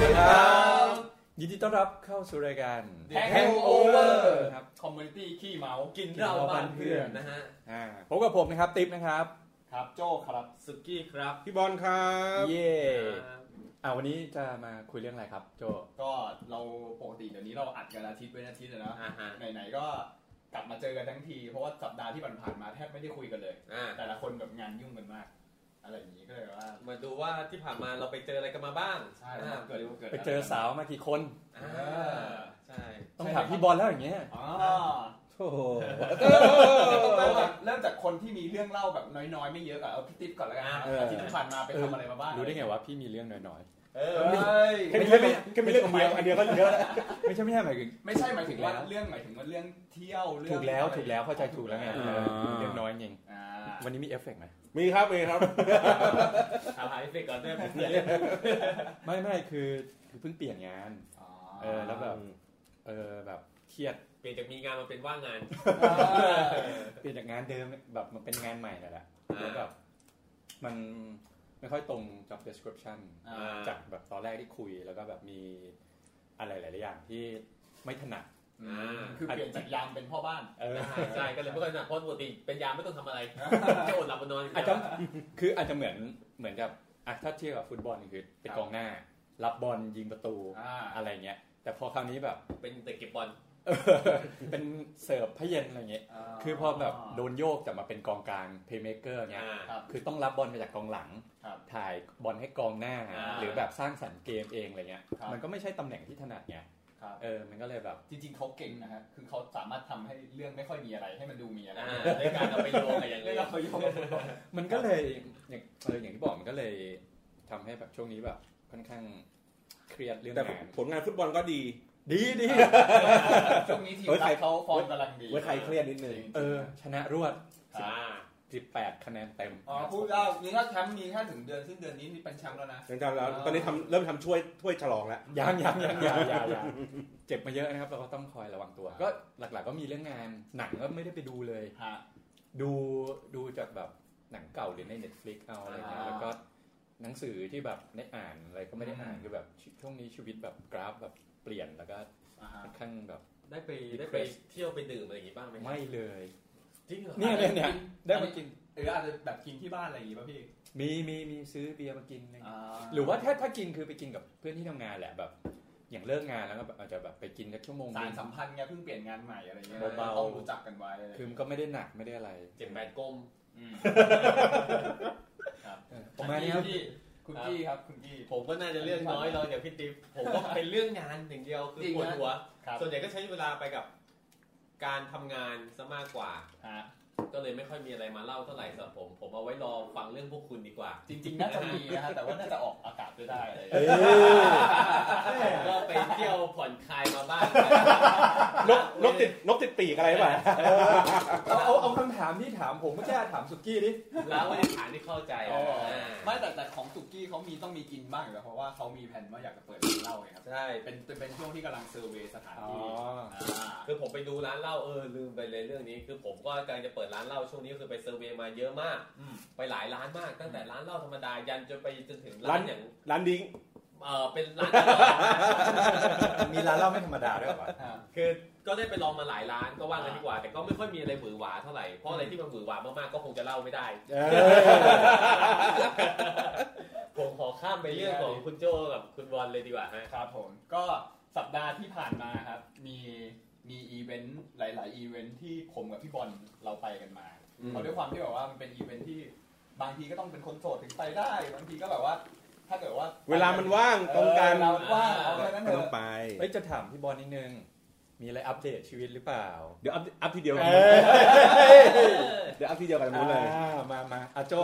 ดีครับยินดีต้อนรับเข้าสู่รายการ Hangover ครับ คอมมูนิตี้ขี้เมา กินเราบ้านเพื่อนนะฮะ อ่าพบกับผมนะครับติ๊บนะครับ ครับ โจ้ครับ สุกี้ครับ พี่บอลครับ เย่อ่าวันนี้จะมาคุยเรื่องอะไรครับ โจ ก็เราปกติเดี๋ยวนี้เราอัดกันอาทิตย์เว้นอาทิตย์อะนะ อ่าฮะ ไหนๆก็กลับมาเจอกันทั้งที เพราะว่าสัปดาห์ที่ผ่านๆมาแทบไม่ได้คุยกันเลย อ่า แต่ละคนแบบงานยุ่งกันมาก อะไรอย่างนี้ก็เลยว่า มาดูว่าที่ผ่านมาเราไปเจออะไรกันมาบ้าง ใช่ อ่า เกิดเกิด ไปเจอสาวมากี่คน อ่าใช่ ต้องถามพี่บอลแล้วอย่างเงี้ย อ๋อ โอ้โห ต้องเริ่มจากเริ่มจากคนที่มีเรื่องเล่าแบบน้อยๆ ไม่เยอะก่อนเอาพี่ติ๊บก่อนแล้วกันอาทิตย์ที่ผ่านมาไปทำอะไรมาบ้าง รู้ได้ไงว่าพี่มีเรื่องน้อย เออเฮ้ย แค่มีเรื่องแค่มีเรื่องเดียวอันเดียวก็เยอะแล้ว ๆ ไม่ใช่ไม่ใช่หมายถึง ไม่ใช่หมายถึงว่า ถูกแล้ว เรื่องหมายถึงว่าเรื่องเที่ยวเรื่อง ถูกแล้ว อะไร ถูกแล้วเข้าใจถูกแล้วไง อ่า เรื่องน้อยจริง อ่า วันนี้มีเอฟเฟกต์ไหม มีครับมีครับ ถามหาพี่เฟกก่อนได้ไหม ไม่ไม่คือคือเพิ่งเปลี่ยนงาน อ๋อ เออแล้วแบบ เออแบบเครียด เปลี่ยนจากมีงานมาเป็นว่างงาน เออ เปลี่ยนจากงานเดิมแบบมันเป็นงานใหม่นั่นแหละ อ่า แล้วแบบมันไม่ค่อยตรง job description อ่า จากแบบตอนแรกที่คุยแล้วก็แบบมีอะไรหลาย ๆ อย่างที่ไม่ถนัด อืมคือเปลี่ยนจากยามเป็นพ่อบ้าน เออ ใช่ใช่ก็เลยไม่ค่อยหนักเพราะปกติเป็นยามไม่ต้องทำอะไรแค่อดหลับอดนอนย่ง อาจ เดี จะ ยว คืออาจจะเหมือนเหมือนกับอ่ะถ้าเทียบกับฟุตบอลคือเป็นกองหน้า รับบอลยิงประตู อ่า อะไรเงี้ย แต่พอคราวนี้แบบ เป็นเด็กเก็บบอล เป็นเสิร์ฟพระเย็นอะไรเงี้ย คือพอแบบโดนโยกจากมาเป็นกองกลาง playmaker เงี้ย อ่า ครับ คือต้องรับบอลมาจากกองหลัง ครับ ถ่ายบอลให้กองหน้า อ่า หรือแบบสร้างสรรค์เกมเองอะไรเงี้ย ครับ มันก็ไม่ใช่ตำแหน่งที่ถนัดไง ครับ เออ มันก็เลยแบบ จริงๆเขาเก่งนะฮะคือเขาสามารถทำให้เรื่องไม่ค่อยมีอะไร ให้มันดูมีอะไร อ่าด้วยการเอาไปโยงกับอย่าง เรื่ อื่ อง น เขาโยงกับฟุตบอล มันก็เลยอย่างเอออย่างที่บอกมันก็เลยทำให้แบบช่วงนี้แบบค่อนข้างเครียดเรื่อง แต่ งาน ผลงานฟุตบอลก็ดี ดีดี ช่วงนี้ทีมไทยเขาฟอร์มกำลังดี เว้ยใครเครียดนิดนึง เออ ชนะรวด อ่า 18 คะแนนเต็ม อ๋อพูดได้มีถ้าแชมป์มีแค่ถึงเดือนสิ้นเดือนนี้นี่เป็นแชมป์แล้วนะ ยังจำแล้วตอนนี้ทำเริ่มทำช่วยถ้วยฉลองแล้ว ยังยังยังยังยังยังเจ็บมาเยอะนะครับเราก็ต้องคอยระวังตัว ก็หลัก ๆ ก็มีเรื่องงานหนังก็ไม่ได้ไปดูเลย ฮะ ดูดูจากแบบหนังเก่าหรือใน Netflix เอาอะไรเงี้ย อ่า แล้วก็หนังสือที่แบบได้อ่านอะไรก็ไม่ได้อ่าน อืม คือแบบชีช่วงนี้ชีวิตแบบกราฟแบบเปลี่ยนแล้วก็ อ่าฮะ ค่อนข้างแบบ ได้ไปได้ไปเที่ยวไปดื่มอะไรอย่างงี้บ้างไหม ไม่เลย จริงเหรอ เนี่ยเนี่ยเนี่ยได้มากิน หรืออาจจะแบบกินที่บ้านอะไรอย่างงี้ป่ะพี่ มีมีมีซื้อเบียร์มากินอะไรเงี้ย อ่า หรือว่าถ้าถ้ากินคือไปกินกับเพื่อนที่ทำงานแหละแบบ อย่างเลิกงานแล้วก็แบบอาจจะแบบไปกินสักชั่วโมงห สาร นึง สัมพันธ์ไงเพิ่งเปลี่ยนงานใหม่อะไรเงี้ย เบาๆ ต้องรู้จักกันไว้อะไร คือมันก็ไม่ได้หนักไม่ได้อะไร เจ็บแปดกลม อืม เออประมาณนี้ครับ พี่คุณกี้ครับคุณกี้ ผมก็น่าจะเรื่องน้อยเราเดี๋ยวพี่ติ๊บผมก็เป็นเรื่องงานอย่างเดียวคือ จริง ปวด นะ หัว ครับ ส่วนใหญ่ก็ใช้เวลาไปกับการทำงานซะมากกว่า ฮะ ก็เลยไม่ค่อยมีอะไรมาเล่าเท่าไหร่สำหรับผม ผมเอาไว้รอฟังเรื่องพวกคุณดีกว่า จริง ๆ น่าจะมีนะ ฮะแต่ว่าน่าจะออกอากาศไม่ได้อะไร เอ้ย ก็ไปเที่ยวผ่อนคลายมาบ้าง นกนกติดนกติดปีกอะไรป่ะ เอาเอาเอาคำถามที่ถามผมเมื่อกี้ถามสุกี้ดิ แล้วไว้ในฐานที่เข้าใจ อ๋อ อ่า ไม่แต่แต่ของสุกี้เขามีต้องมีกินบ้างอยู่แล้วเพราะว่าเขามีแผนว่าอยากจะเปิดร้านเหล้าไงครับ ใช่ เป็นเป็นช่วงที่กำลังเซอร์เวยสถาน อ๋อ ที่า คือผมไปดูร้านเหล้าเออลืมไปเลยเรื่องนี้ คือผมก็กำลังจะเปิดร้านเหล้าช่วงนี้ก็คือไปเซอร์เวย์มาเยอะมาก อืม ไปหลายร้านมากตั้งแต่ร้านเหล้าธรรมดายันจนไปจนถึง ร้า ร้าน นอย่าง ร้านดิ้ง เออเป็นร้าน มีร้านเหล้าไม่ธรรมดาด้วยเหรอวะ อ่า คือก็ได้ไปลองมาหลายร้านก็ว่ากันดีกว่า แต่ก็ไม่ค่อยมีอะไรหวือหวาเท่าไหร่เพราะอะไรที่มันหวือหวามากๆก็คงจะเล่าไม่ได้ เออ ผมขอข้ามไปเรื่องของคุณโจกับคุณบอลเลยดีกว่าฮะ ครับผมก็สัปดาห์ที่ผ่านมาครับ มีมีอีเวนต์หลาย ๆ อีเวนต์ที่ผมกับพี่บอลเราไปกันมา เพราะด้วยความที่แบบว่ามันเป็นอีเวนท์ที่บางทีก็ต้องเป็นคนโสดถึงไปได้ บางทีก็แบบว่า ถ้าเกิดว่า เวลามันว่างตรงกัน เออเวลามันว่างเอาแค่นั้นเถ ก็ต้อง อะ ไป เฮ้ยจะถามพี่บอลนิดนึง มีอะไรอัปเดตชีวิตหรือเปล่า เดี๋ยวอัพอัพทีเดียวกันเดี๋ยวอัพทีเดียวกันหมดเลย อ่ามามาอาโจ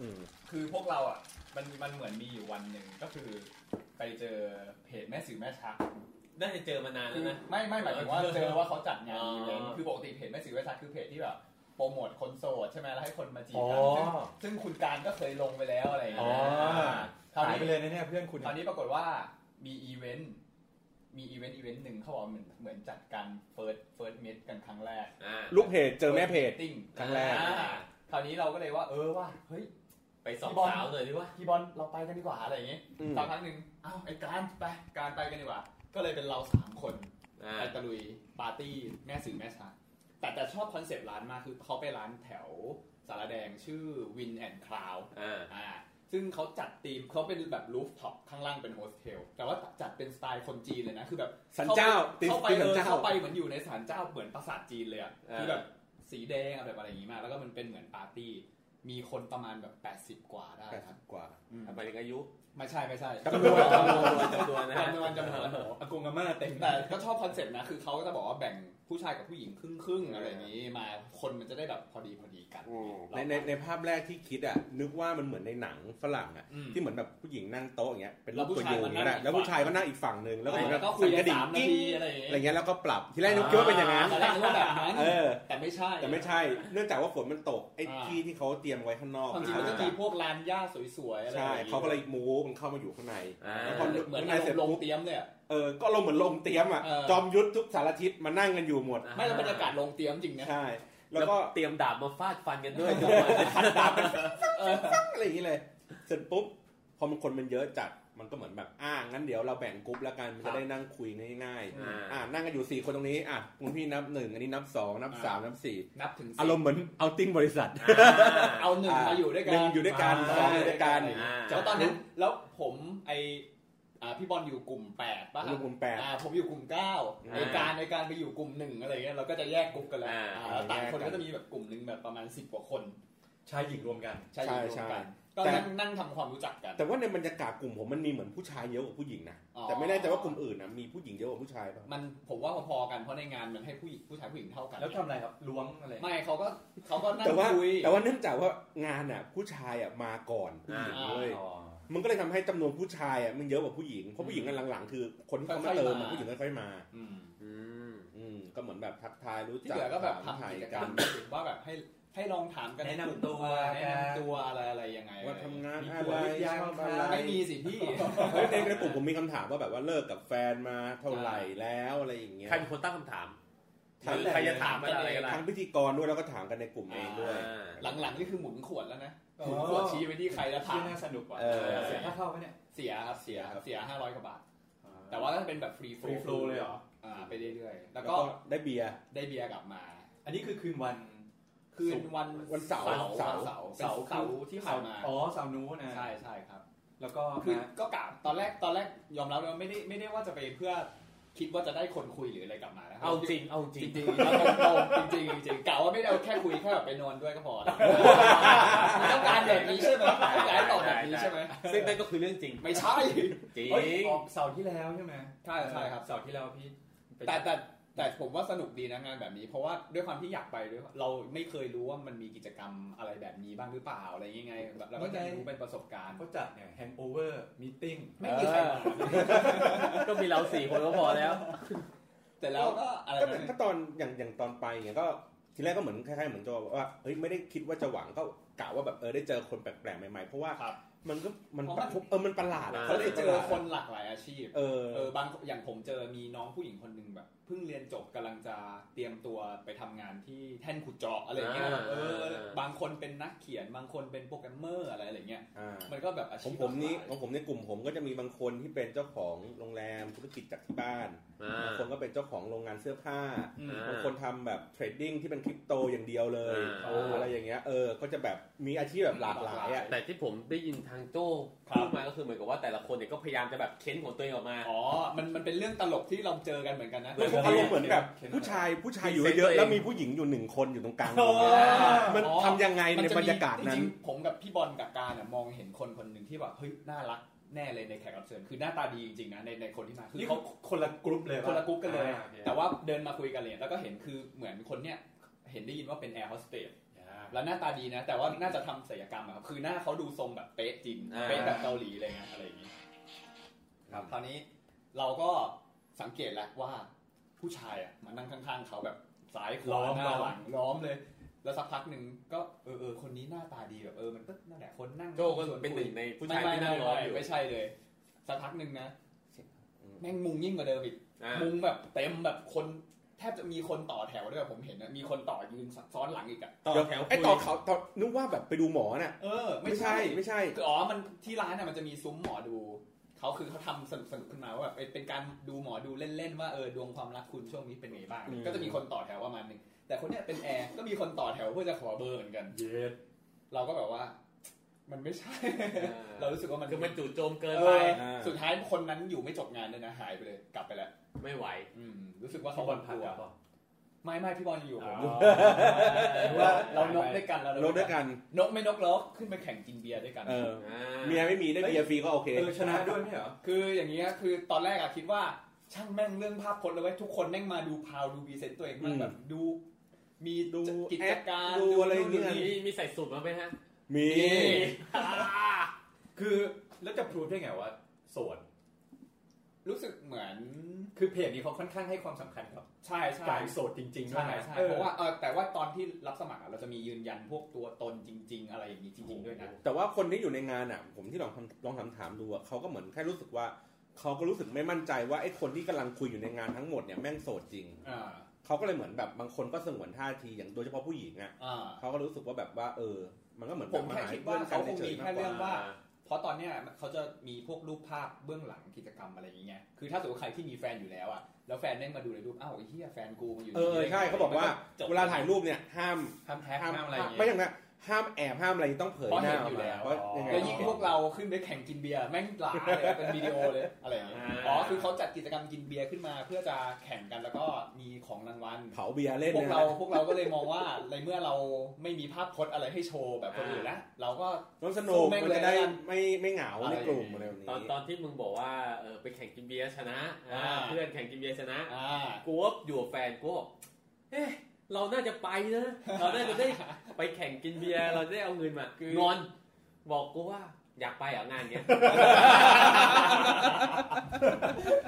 อืม คือพวกเราอ่ะมันมันเหมือนมีอยู่วันหนึ่งก็คือ ไปเจอเพจแม่สื่อแม่ชัก น่าจะเจอมานาน คื แล้ อ วนะ ไม่ไม่หมายถึงว่าเจอว่าเขาจัดงานอีเวนต์ อ๋อ คือปกติเพจแม่สื่อแม่ชักคือเพจที่แบบโปรโมทคนโสดใช่ไหมแล้วให้คนมาจีบ อ๋อ กันซึ่งซึ่งคุณการก็เคยลงไปแล้วอะไรอย่างเงี้ย อ๋อ คราว หาย นี้ ไปเลยนะเนี่ยเพื่อนคุณ คราวนี้ปรากฏว่ามีอีเวนต์มีอีเวนต์อีเวนต์หนึ่งเขาบอกว่าเหมือนเหมือนจัดการเฟิร์สเฟิร์สเมดกันครั้งแรก อ่า ลูกเพจเจอแม่เพจ ติ้ง ครั้งแรก อ่าคราวนี้เราก็เลยว่าเออว่าเฮ้ย ไปสองสาวหน่อยดีวะ พี่บอลเราไปกันดีกว่าอะไรอย่างงี้ อืม สักพักหนึ่งอ้าวไอ้การไปการไปกันดีกว่า ก็เลยเป็นเราสามคน อ่า ไปตะลุยปาร์ตี้แม่สื่อแม่ชาแต่แต่ชอบคอนเซปต์ร้านมากคือเขาไปร้านแถวสารแดงชื่อ Win and Cloud อ่า อ่าซึ่งเขาจัดธีมเขาเป็นแบบรูฟท็อปข้างล่างเป็นโฮสเทล แต่ว่าจัดเป็นสไตล์คนจีนเลยนะ คือแบบ ศาลเจ้าตี เข้าไป ตีศาลเออ เจ้า เข้าไปเหมือนอยู่ในศาลเจ้าเหมือนปราสาทจีนเลยอะคือแบบสีแดงอะแบบอะไรอย่างงี้มาก แล้วก็มันเป็นเหมือนปาร์ตี้ มีคนประมาณแบบ 80 กว่าได้ แปด ค สิ รับ กว่า อืม หมายถึงอายุ ไม่ใช่ไม่ใช่ จำนวน จำนวน จำนวนนะฮะ จำนวนจำนวน อากงอาม่าเต็ม แต่ก็ชอบคอนเซ็ปต์นะคือเขาก็จะบอกว่าแบ่งผู้ชายกับผู้หญิงครึ่งๆอะไรอย่างนี้มาคนมันจะได้แบบพอดีพอดีกัน ในในในภาพแรกที่คิดอ่ะนึกว่ามันเหมือนในหนังฝรั่งอ่ะ อืม ที่เหมือนแบบผู้หญิงนั่งโต๊ะอย่างเงี้ยเป็นรูป แล้วผู้ ตัว ชาย โยง มานั่ง นั่นแหละ อีกฝั่ง แล้วผู้ชายก็นั่งอีกฝั่งหนึ่งแล้วก็เหมือนแบ แล้ว บ ก็คุย สั่นก กัน ระดิ่ง สามนา กิ้ง ทีอะไรอย่าง อะไร นี้ เงี้ยแล้วก็ปรับที่แรกนึกคิดว่าเป็นอย่างนั้น ตอนแรกนึกว่าแบบนั้น เออ แต่ไม่ใช่ แต่ไม่ใช่ เนื่องจากว่าฝนมันตกไอ้ อ่า ที่ที่เขาเตรียมไว้ข้างนอก ความจริงมันจะมีพวกลานหญ้าสวยๆอะไรอย่ ใช่ งงี้ เขาก็เลยมูฟมันเข้ามาอยู่ข้างใน อ่า แล้วพอ เหมือนอารมณ์ลงเตรียมเลยอะ เออก็ลงเหมือนลงเตรียมอ่ะ เออ จอมยุทธทุกสารทิศมานั่งกันอยู่หมด ไม่แล้วบรรยากาศลงเตรียมจริงนะ ใช่ แล้วก็ เตรียมดาบมาฟาดฟันกันด้วย อะไรอย่างเงี้เลยเสร็จปุ๊บพอมันคนมันเยอะจัดมันก็เหมือนแบบอ่างั้นเดี๋ยวเราแบ่งกรุ๊ปแล้วกันมันจะได้นั่งคุยง่าย อ่า ๆอ่านั่งกันอยู่สี่คนตรงนี้อ่ะคุณพี่นับหนึ่งอันนี้นับสองนับสามนับสี่ นับถึงสิบ อารมณ์เหมือนเอาติ้งบริษัท เอาหนึ่งมาอยู่ด้วยกัน หนึ่งอยู่ด้วยกัน า สองอยู่ด้วยกัน อ่า จับ แล้วตอนนั้นแล้วผมไออ่าพี่บอลอยู่กลุ่มแปดป่ะ รวมกลุ่มแปด อ่าผมอยู่กลุ่มเก้า อ่า ในการในการไปอยู่กลุ่มหนึ่งอะไรเงี้ยเราก็จะแยกกลุ่มกันแล้ว อ่า อ่าแล้วต่างคน แยกกั ก็ น จะมีแบบกลุ่มหนึ่งแบบประมาณสิบกว่าคน ชายหญิงรวมกัน ใช่ ใช่ อยู่รวมกัน ใช่ ก็ แต่ นั่งนั่งทำความรู้จักกัน แต่ว่าในบรรยากาศกลุ่มผมมันมีเหมือนผู้ชายเยอะกว่าผู้หญิงนะ อ๋อ แต่ไม่แน่ใจว่ากลุ่มอื่นนะมีผู้หญิงเยอะกว่าผู้ชายป่ะ มันผมว่าพอๆกันเพราะในงานมันให้ผู้หญิงผู้ชายผู้หญิงเท่ากัน แล้วทำอะไรครับล้วงอะไร ไม่เขาก็เขาก็นั่ง แต่ว่า คุย แต่ว่าเนื่องจากว่างานอ่ะผู้ชายอ่ะมาก่อนผู้หญิง อ่า เว้ยมันก็เลยทำให้จำนวนผู้ชายอ่ะมันเยอะกว่าผู้หญิงเพราะผู้หญิงกันหลังๆ คือคนที่เขามาเติมอะผู้หญิงก็ค่อยมา อืม อืม อืมก็เหมือนแบบทักทายรู้ ที่ จัก เหลือก็แบบ ถาม ทำกิจ ถ่าย กรรมถึงว่าแบบให้ให้ลองถามกัน แนะนำตัว แนะนำตัวอะไรอะไรยังไง ว่าทำงาน มี อะ ผัว ไร หรือยัง ชอบอะไร ไม่มีสิพี่ เฮ้ยในในกลุ่มผมมีคำถามว่าแบบว่าเลิกกับแฟนมาเท่าไหร่แล้วอะไรอย่างเงี้ย ใครเป็นคนตั้งคำถาม ถาม หรือใครจะถามอะไรก็ได้ ทั้งพิธีกรด้วยแล้วก็ถามกันในกลุ่มเองด้วย อ่า หลังๆนี่คือหมุนขวดแล้วนะ อ๋อ หมุนขวดชี้ไปที่ใครแล้วถาม ที่น่าสนุกกว่า เออ เสียค่าเข้าไหมเนี่ย เสียครับเสียครับเสียห้าร้อยกว่าบาท แต่ แต่ว่า ว่าถ้าเป็นแบบฟรี ฟรีฟลูเลยเหรอ อ่าไปเรื่อยๆ แล้ แล้ว ว ก็ ก็ได้เบียร์ ได้เบียร์กลับมา อันนี้คือคืนวัน คืนวัน วันเสาร์ เสาร์เสาร์เสาร์เสาร์ที่ผ่านมา อ๋อเสาวนู้นนะ ใช่ใช่ครับ แล้วก็ คือ มา ก็กะตอนแรกตอนแรกยอมรับเลยว่าไม่ได้ไม่ได้ว่าจะไปเพื่อคิดว่าจะได้คนคุยหรืออะไรกลับมานะคบ เอาจริง เอาจริ จ ง ริงๆเอาตรงๆจริงๆจริงๆกะว่าไม่ได้เอาแค่คุยแค่แบบไปนอนด้วยก็พอแล้วต้องการแบบนี้ใช่ไหมต้องการตอบแบบนี้ใช่ไหม ซึ่งนั่นก็คือเรื่องจริง ไม่ใช่ จริง เอ้ยออกเสาร์ที่แล้วใช่ไหม ใช่ใช่ครับ เสาร์ที่แล้วพี่ไป แต่แต่แต่ผมว่าสนุกดีนะงานแบบนี้ เพราะว่าด้วยความที่อยากไปด้วยเราไม่เคยรู้ว่ามันมีกิจกรรมอะไรแบบนี้บ้างหรือเปล่าอะไรยังไงแบบเราก็จะรู้เป็นประสบการณ์ เขาจัดเนี่ยแฮงโอเวอร์มีติ้ง ไม่มีใครมา ก็มีเราสี่คนก็พอแล้ว แต่แล้วก็อะไร ก็ นะ ถ้าตอนอย่างอย่างตอนไปเนี่ยก็ทีแรกก็เหมือนคล้ายๆเหมือนโจว่าเฮ้ยไม่ได้คิดว่าจะหวังก็กะว่าแบบเออได้เจอคนแปลกๆใหม่ๆเพราะว่า ครับ มันก็มันเออมันประหลาดอะ เขาได้เจอ ค คน นหลากหลายอาชีพ เออ เออบางอย่างผมเจอมีน้องผู้หญิงคนหนึ่งแบบเพิ่งเรียนจบกำลังจะเตรียมตัวไปทำงานที่แท่นขุดเจาะอะไรเงี้ย อ่า เออบางคนเป็นนักเขียนบางคนเป็นโปรแกรมเมอร์อะไรอะไรเงี้ย อ่า มันก็แบบอา ขอ ชี ง พ ผมนี่ หลากห ของลายผมในกลุ่มผมก็จะมีบางคนที่เป็นเจ้าของโรงแรมธุรกิจจากที่บ้าน อ่า บางคนก็เป็นเจ้าของโรงงานเสื้อผ้า อืม อ่า บางคนทำแบบเทรดดิ้งที่เป็นคริปโตอย่างเดียวเลย อ่า อะไรอย่างเงี้ยเออก็จะแบบมีอาชีพแบบหลากหลายอะ แต่ที่ผมได้ยินทางโจ้ ครับ พูดมาก็คือเหมือนกับว่าแต่ละคนเนี่ยก็พยายามจะแบบเค้นของตัวเองออกมา อ๋อ มันมันเป็นเรื่องตลกที่เราเจอกันเหมือนกันนะ เหมือนพวก อารมณ์เหมือนแบบผู้ชายผู้ชายอยู่เยอะๆแล้วมีผู้หญิงอยู่หนึ่งคนอยู่ตรงกลางตรงเนี้ย มัน อ๋อ ทำยังไงในบรรยากาศ มันั้นจะมีจริงๆผมกับพี่บอลกับการอะมองเห็นคนคนหนึ่งที่แบบเฮ้ยน่ารักแน่เลยในแขกรับเชิญคือหน้าตาดีจริงๆนะในในคนที่มาคือ นี่ เขา เขาคนละกรุ๊ปเลยป คนละกรุ๊ปกันเลย อ่าโอค แต่ว่าเดินมาคุยกันเลยแล้วก็เห็นคือเหมือนคนเนี้ยเห็นได้ยินว่าเป็นแอร์โฮสเตส อ่า แล้วหน้าตาดีนะ แต่ว่าน่าจะทำศัลยกรรมอะครับคือหน้าเขาดูทรงแบบเป๊ะจริง อ่า เป๊ะแบบเกาหลีอะไรเงี้ยอะไรอย่างนี้ครับคราวนี้เราก็สังเกตแล้วว่าผู้ชายอะมานั่งข้างๆเขาแบบซ้ายข ล้ วา อม หน้าหลังล้อมเลย แล้วสักพักหนึ่งก็เออเออคนนี้หน้าตาดีแบบเออมันก็นั่นแหละคนนั่ง โจ้ก็เป็นหนึ่งในผู้ชาย ไม่ ที่ ไม่ นั่งรอ ไม่ อยู่ ไม่ใช่เลยสักพักหนึ่งนะ อืม แม่งมุงยิ่งกว่าเดิมอีก อ่า มุงแบบเต็มแบบคนแท ทบจะมีคนต่อแถวด้วยผมเห็นนะมีคนต่อยืนซ้อนหลังอีกอะ ต่อ เดี๋ย แถวคุย ไอ้ต่อเขาต่อนึกว่าแบบไปดูหมอน่ะ เออ ไม่ ไม่ ใช่ ใช่ ไม่ใช่ คืออ๋อมันที่ร้านน่ะมันจะมีซุ้มหมอดูเขาคือเขาทำสนุกสนุกขึ้นมาว่าแบบเป็นการดูหมอดูเล่นๆว่าเออดวงความรักคุณช่วงนี้เป็นไงบ้าง อืม ก็จะมีคนต่อแถวประมาณหนึงแต่คนเนี้ยเป็นแอร์ก็มีคนต่อแถวเพื่อจะขอเบอร์เหมือนกัน เย็ด เราก็แบบว่า มันไม่ใช่ เรารู้สึกว่ามัน คือมันจู่โจมเกิน เอ ไป อ อ่า สุดท้ายคนนั้นอยู่ไม่จบงานเลยนะหายไปเลยกลับไปแล้ว ไม่ไหว อืมรู้สึกว่า เขาบเขาบ อลอล พั พั ก ว กันป่ะ ไม่ไม่พี่บอลยังอยู่กับผม ว่า เรานกด้วยกันเรา ลดด้วยกัน นกไม่นกเราขึ้นไปแข่งกินเบียร์ด้วยกัน เออ อ่า เมียไม่มีได้เบียร์ฟรีก็โอเค เออชนะด้วยไม่ใช่เหรอ คืออย่างนี้ยคือตอนแรกอะคิดว่าช่างแม่งเรื่องภาพพจน์เลยเว้ยทุกคนแม่งมาดูพาวดูพรีเซนต์ตัวเองมาก อืม แบบดู มี ดู กิจการ แอคดูอะไรอย่างเงี้ย ดู มีมีใส่สูตรมาไหมฮะ มี นี่ คือแล้วจะพูดได้ไงว่าโสด รู้สึกเหมือน คือเพจนี้เขาค่อนข้างให้ความสำคัญกับ ใช่ใช่ การโสดจริงๆด้ว ใช่ ยนะ ใช่ ออ เพราะว่าเออแต่ว่าตอนที่รับสมัครอะเราจะมียืนยันพวกตัวตนจริง ๆ อะไรอย่างนี้จริง ๆด้วยนะ แต่ว่าคนที่อยู่ในงานอ่ะ ผมที่ลองทำลองถามถามดูอ่ะเขาก็เหมือนแค่รู้สึกว่าเขาก็รู้สึกไม่มั่นใจว่าไอ้คนที่กำลังคุยอยู่ในงานทั้งหมดเนี่ยแม่งโสดจริง อ่า เขาก็เลยเหมือนแบบบางคนก็สงวนท่าทีอย่างโดยเฉพาะผู้หญิงอ่ะ อ่า เขาก็รู้สึกว่าแบบว่า เออ มันก็เหมือน ผมแค่ แบบ คิดว่าเขาคงมี ๆ แค่เรื่อง กกว่ ว่า เพราะตอนเนี้ยเขาจะมีพวกรูปภาพเบื้องหลังกิจกรรมอะไรอย่างเงี้ย คือถ้าสมมติใครที่มีแฟนอยู่แล้วอ่ะ แล้วแฟนแม่งมาดูในรูป อ้าวไอ้เหี้ยแฟนกูมาอยู่ เออใช่เขาบอกว่าเวลาถ่ายรูปเนี่ยห้าม ทำแท็กห้ามอะไรอย่าง ไม่ เงี้ย ใช่นะห้ามแอบห้ามอะไรต้องเผย เพราะ หน้า เห็นอยู่แล้ว เพราะยังไง แล้วยิ่งพวกเราขึ้นไปแข่งกินเบียร์แม่งหลาเลยเป็นวิดีโอเลยอะไรอย่างเงี้ย อ๋อ คือเขาจัดกิจกรรมกินเบียร์ขึ้นมา เพื่อจะแข่งกันแล้วก็มีของรางวัล เผาเบียร์เล่น พวก นะ เราพวกเราก็เลยมองว่าในเมื่อเราไม่มีภาพพจน์อะไรให้โชว์แบบคนอื่นแล้วเราก็ มันสนุก สู้แม่ง มัน เลย จะได้ แล้วกัน ไม่ไม่เหงาในกลุ่มอะไรแบบนี้ ตอนตอนที่มึงบอกว่าเออไปแข่งกินเบียร์ชนะอ่า อ่า เพื่อนแข่งกินเบียร์ชนะ อ่า กูว่าอยู่กับแฟนกูว่าเอ๊ะเราน่าจะไปนะ เราน่าจะได้ไปแข่งกินเบียร์เราได้เอาเงินมา คือ งอน บอกกูว่าอยากไปเหรองานเนี้ย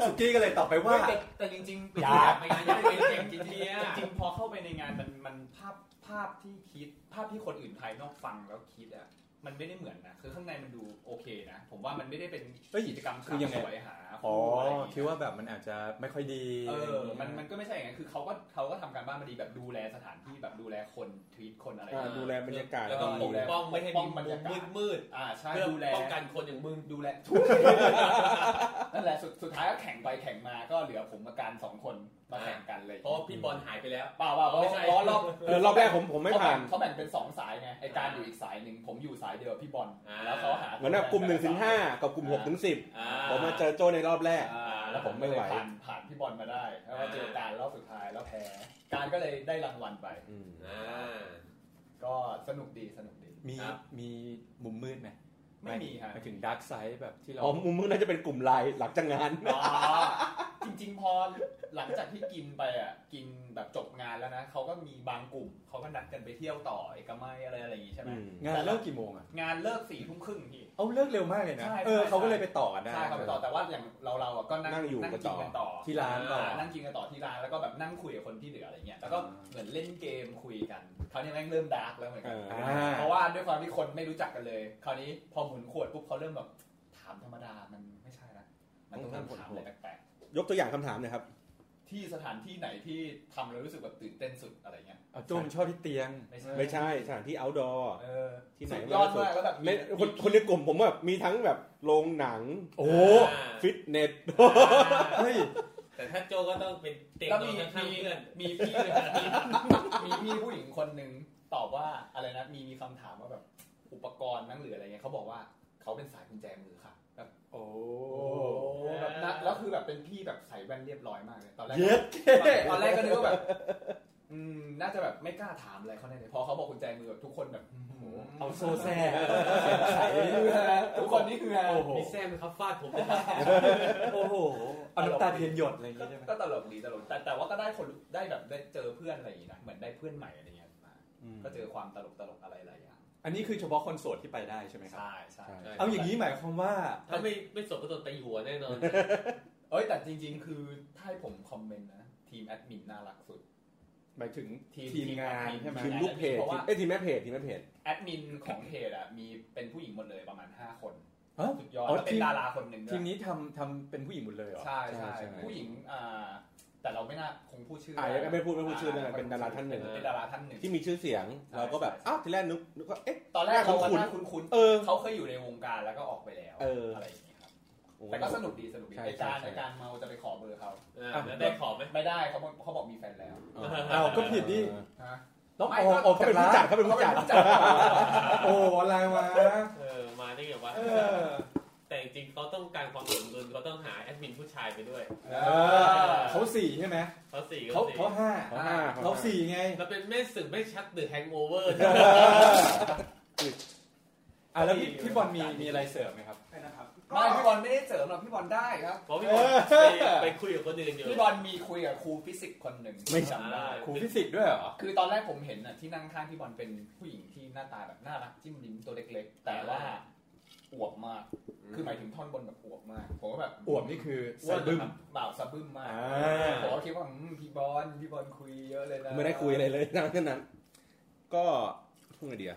สุกี้ก็เลยตอบไปว่า เฮ้ยแต่แต่จริงๆ อยาก ไปงานอยากไปเก่งจริง เนี่ย ๆจริงๆพอเข้าไปในงานมันมันภาพภาพที่คิด ภาพที่คนอื่นภายนอกฟังแล้วคิดอะมันไม่ได้เหมือนนะคือข้างในมันดูโอเคนะผมว่ามันไม่ได้เป็น เฮ้ย กิจกรรม คื ขับ อยังไง สวยหา อ๋อ อะไรย่งเงี้ย คิดว่าแบบมันอาจจะไม่ค่อยดี เออมันมันก็ไม่ใช่อย่างนั้นคือเขาก็เขาก็ทำการบ้านมาดีแบบดูแลสถานที่แบบดูแลคนทวีตคนอะไร อ่าดูแลบรรยากาศ แล้วก็ ดี ปกป้องไม่ให้ ปกป้ มี องบรรยากา มื ศ ดมืด อ่าใช่ เพื่อ ดูแล ป้องกันคนอย่างมึง ดูแลถูกนั่นแหละสุดสุดท้ายก็แข่งไปแข่งมาก็เหลือผมกับการสองคนมาแข่งกันเลย เพราะว่าพี่บอลหายไปแล้ว เปล่าเปล่าเพราะ ไม่ใช่ เพราะรอบ เออรอบแรกผมผมไม่ผ่าน เขาแบ่งเป็นสองสายไงไอการอยู่อีกสายหนึ่งผมอยู่สายเดียวกับพี่บอล อ่า แล้วเขาหา เหมือนแบบกลุ่มหนึ่งถึงห้ากับกลุ่มหกถึงสิบ อ่ ผมมาเจอโจในรอบแรก อ่า แล้วผมไม่ไหว ผ่านผ่านพี่บอลมาได้แล้วมาเจอการรอบสุดท้ายแล้วแพ้การก็เลยได้รางวัลไป อ่า ก็สนุกดีสนุกดี มี ครับ มีมุมมืดไหม ไม่มีฮะ หายถึงดาร์กไซด์แบบที่เรา อ๋อมุมมึงน่าจะเป็นกลุ่มไลน์หลังจากงาน อ๋อจริง ๆ พอหลังจากที่กินไปอ่ะกินแบบจบงานแล้วนะเขาก็มีบางกลุ่มเขาก็นัดกันไปเที่ยวต่อเอกมัยอะไรอะไรอย่างงี้ใช่ไหม อืม งานเลิกกี่โมงอ่ะ งานเลิกสี่ทุ่มครึ่งพี่ เอาเลิกเร็วมากเลยนะ ใช่ เออ ใช่ เขาก็เลยไปต่อนะ ใช่ครับไปต่อแต่ว่าอย่างเราเราๆอะก็นั่ง นั่งอยู่ นั่ง กัน กิ ต่ น อ กันต่อ ที่ร้านต่อ อ่านั่งกินกันต่อที่ร้านแล้วก็แบบนั่งคุยกับคนที่เหลืออะไรเงี้ยแล้วก็เหมือนเล่นเกมคุยกันคราวนี้แม่งเริ่มดาร์กแล้วเหมือน เอ กัน อ อ่า เพราะว่าด้วยความที่คนไม่รู้จักกันเลยคราวนี้พอหมุนขวดปุ๊บเขาเริ่มแบบถามธรรมดามันไม่ใช่ละมันต้องเริ่มถามอะไรแปลก ยกตัวอย่างคำถามหนะครับ ๆที่สถานที่ไหนที่ทำแล้วรู้สึกแบบตื่นเต้นสุดอะไรเงี้ย เอาโจมนชอบที่เตียง ไม่ใช่ ไม่ใช่สถานที่ outdoor เออ ที่ไหน สุดย ก็ อด สุด มากแล้วแบบมี เล่นคนคนในกลุ่มผมแบบมีทั้งแบบโรงหนัง โอ้โห อ่า ฟิตเนส เฮ้ย แต่ถ้าโจก็ต้องเป็นเตียง แล้ว นอ มี นข้าง มี ๆเพื่อน มีพี่มีมีพี่ผู้หญิงคนหนึ่งตอบว่าอะไรนะมีมีคำถามว่าแบบอุปกรณ์นั่งหรืออะไรเงี้ยเขาบอกว่าเขาเป็นสายกุญแจมือค่ะแบบ โอ้ โอ้โหแบบนะแล้วคือแบบเป็นพี่แบบใส่แว่นเรียบร้อยมากเลยตอนแรก เย็ด ตอนแรกก็นึกว่าแบบอืมน่าจะแบบไม่กล้าถามอะไรเขาแน่ๆพอเขาบอกกุญแจมือแบบทุกคนแบบโอ้โห เอาโซแซ่ ใส่ฮือฮาทุกคนนี่คือฮา โอ้โห มีแซมครับฟาดผมเลย โอ้โหเอาน้ำตาเทียนหยดอะไรอย่าง ก็ งี้ใช่ไหม ก็ตลกดีตลกแต่แต่ว่าก็ได้คนได้แบบได้เจอเพื่อนอะไรอย่างงี้นะเหมือนได้เพื่อนใหม่อะไรเงี้ยมาก็เจอความตลกตลกๆอะไรหลายอย่าง อันนี้คือเฉพาะคนโสดที่ไปได้ใช่ไหมครับ ใช่ใช่ เอาอย่างนี้หมายความว่า ถ้าไม่ไม่สบก็โดนตีหัวแน่นอน เอ้ยแต่จริง ๆ คือถ้าให้ผมคอมเมนต์นะ ทีมแอดมินน่ารักสุด หมายถึง ทีม ทีมงานใช่ไหม ทีมลูกเพจ เพราะว่า เอ้ยทีมแม่เพจทีมแม่เพจ แอดมินของเพจอะมีเป็นผู้หญิงหมดเลยประมาณ 5 คน เอ้า สุดยอด อ๋อ แล้วเป็ ที น ม ดาราคนหนึ่งด้ ที วย มนี้ทำทำเป็นผู้หญิงหมดเลยเหรอ ใช่ใช่ ใช่ใช่ ผู้หญิงอ่า แต่เราไม่น่าคงพูดชื่อ อ่ะยังไม่พูดไม่พูดชื่อเลยเป็นดาราท่านหนึ่ง เป็นดาราท่านหนึ่ง ที่มีชื่อเสียง เราก็แบบ อ้าว ทีแรกนึกนึกว่าเอ๊ะ ตอนแรกเราก็ คุ้นๆ น่าคุ้น เออ ๆเขาเคยอยู่ในวงการแล้วก็ออกไปแล้ว เอออ อะไรอย่างเงี้ยครับแต่ก็สนุกดีสนุกดี ใช่ รายการ ใช่ รายการเมาจะไปขอเบอร์เขา อ่ะแล้วได้ขอบไหม ไม่ได้เขาบอกเขาบอกมีแฟนแล้ว อ้าวก็ผิดดิ ฮะ ต้อง ไม่ โอ้ ก็ โอ้เขาเป็นผู้จัดเขาเป็นผู้จัด โอ้อะไรวะ เออมาได้ไงวะ เออ แต่จริงๆเขาต้องการความสมดุลเขาต้องหาแอดมินผู้ชายไปด้วย เอ เอ อ อ เขาสี่ใช่ไหม เขาสี่ เขา เขาสี่ เขาห้า เขาห้า เราสี่ไง แล้วเป็นแม่สึกไม่ชักหรือแฮงโอเวอร์ อ่ะแล้วพี่พี่บอลมีมีอะไรเสริมไหมครับ ไม่นะครับ ไม่พี่บอลไม่ได้เสริมหรอกพี่บอลได้ครับ เพราะพี่บอล เออ ไปไปคุยกับคนอื่นอยู่ พี่บอลมีคุยกับครูฟิสิกส์คนหนึ่ง ไม่ จำได้ ครูฟิสิกส์ด้วยเหรอ คือตอนแรกผมเห็นน่ะที่นั่งข้างพี่บอลเป็นผู้หญิงที่หน้าตาแบบน่ารักจิ้มลิ้มตัวเล็กๆ แต่ว่าอวบมาก คือหมายถึงท่อนบนแบบอวบมากผมก็แบบ อวบนี่คือ อ้วน สะดึ้ม แบบบ่าวสะบึ้มมาก อ่า ผมก็คิดว่าอืมพี่บอลพี่บอลคุยเยอะเลยนะ ไม่ได้คุยอะไรเลย ทั้งนั้น ก็พูดไอเดีย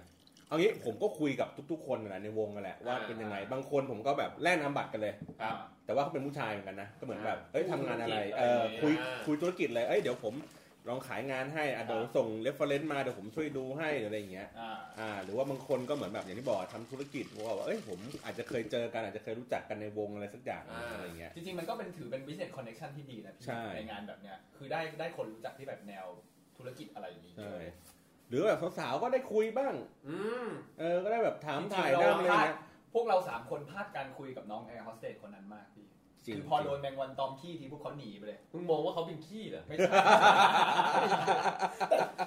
เอางี้ผมก็คุยกับทุก ๆ คนนั่นแหละในวงนั่นแหละว่าเป็นยังไง บางคนผมก็แบบแลกนามบัตรกันเลย ครับ แต่ว่าเขาเป็นผู้ชายเหมือนกันนะ ก็เหมือนแบบเอ้ยทำงานอะไร เออคุยคุยธุรกิจเลย เอ้ยเดี๋ยวผมลองขายงานให้อ่ะเดี๋ยวส่งเรฟเฟอเรนซ์มาเดี๋ยวผมช่วยดูให้หรืออะไรอย่างเงี้ย อ่า อ่าหรือว่าบางคนก็เหมือนแบบอย่างที่บอกทำธุรกิจบอกว่าเอ้ยผมอาจจะเคยเจอกันอาจจะเคยรู้จักกันในวงอะไรสักอย่างอะไรเงี้ย จริงๆ มันก็เป็นถือเป็น business connection ที่ดีนะพี่ ใช่ ในงานแบบเนี้ย คือได้ได้คนรู้จักที่แบบแนวธุรกิจอะไรอย่างนี้ ใช่หรือแบบสาวๆก็ได้คุยบ้าง อืม เออก็ได้แบบถาม จริง ถ่าย ๆเรา ได้อะไร พลาด เงี้ย พวกเราสามคนพลาดการคุยกับน้องแอร์โฮสเตสคนนั้นมากพี่ จริง คือพอโดนแมงวันตอมขี้ทีพวกเขาหนีไปเลย มึงมองว่าเขาเป็นขี้เหรอ ไม่ ใช่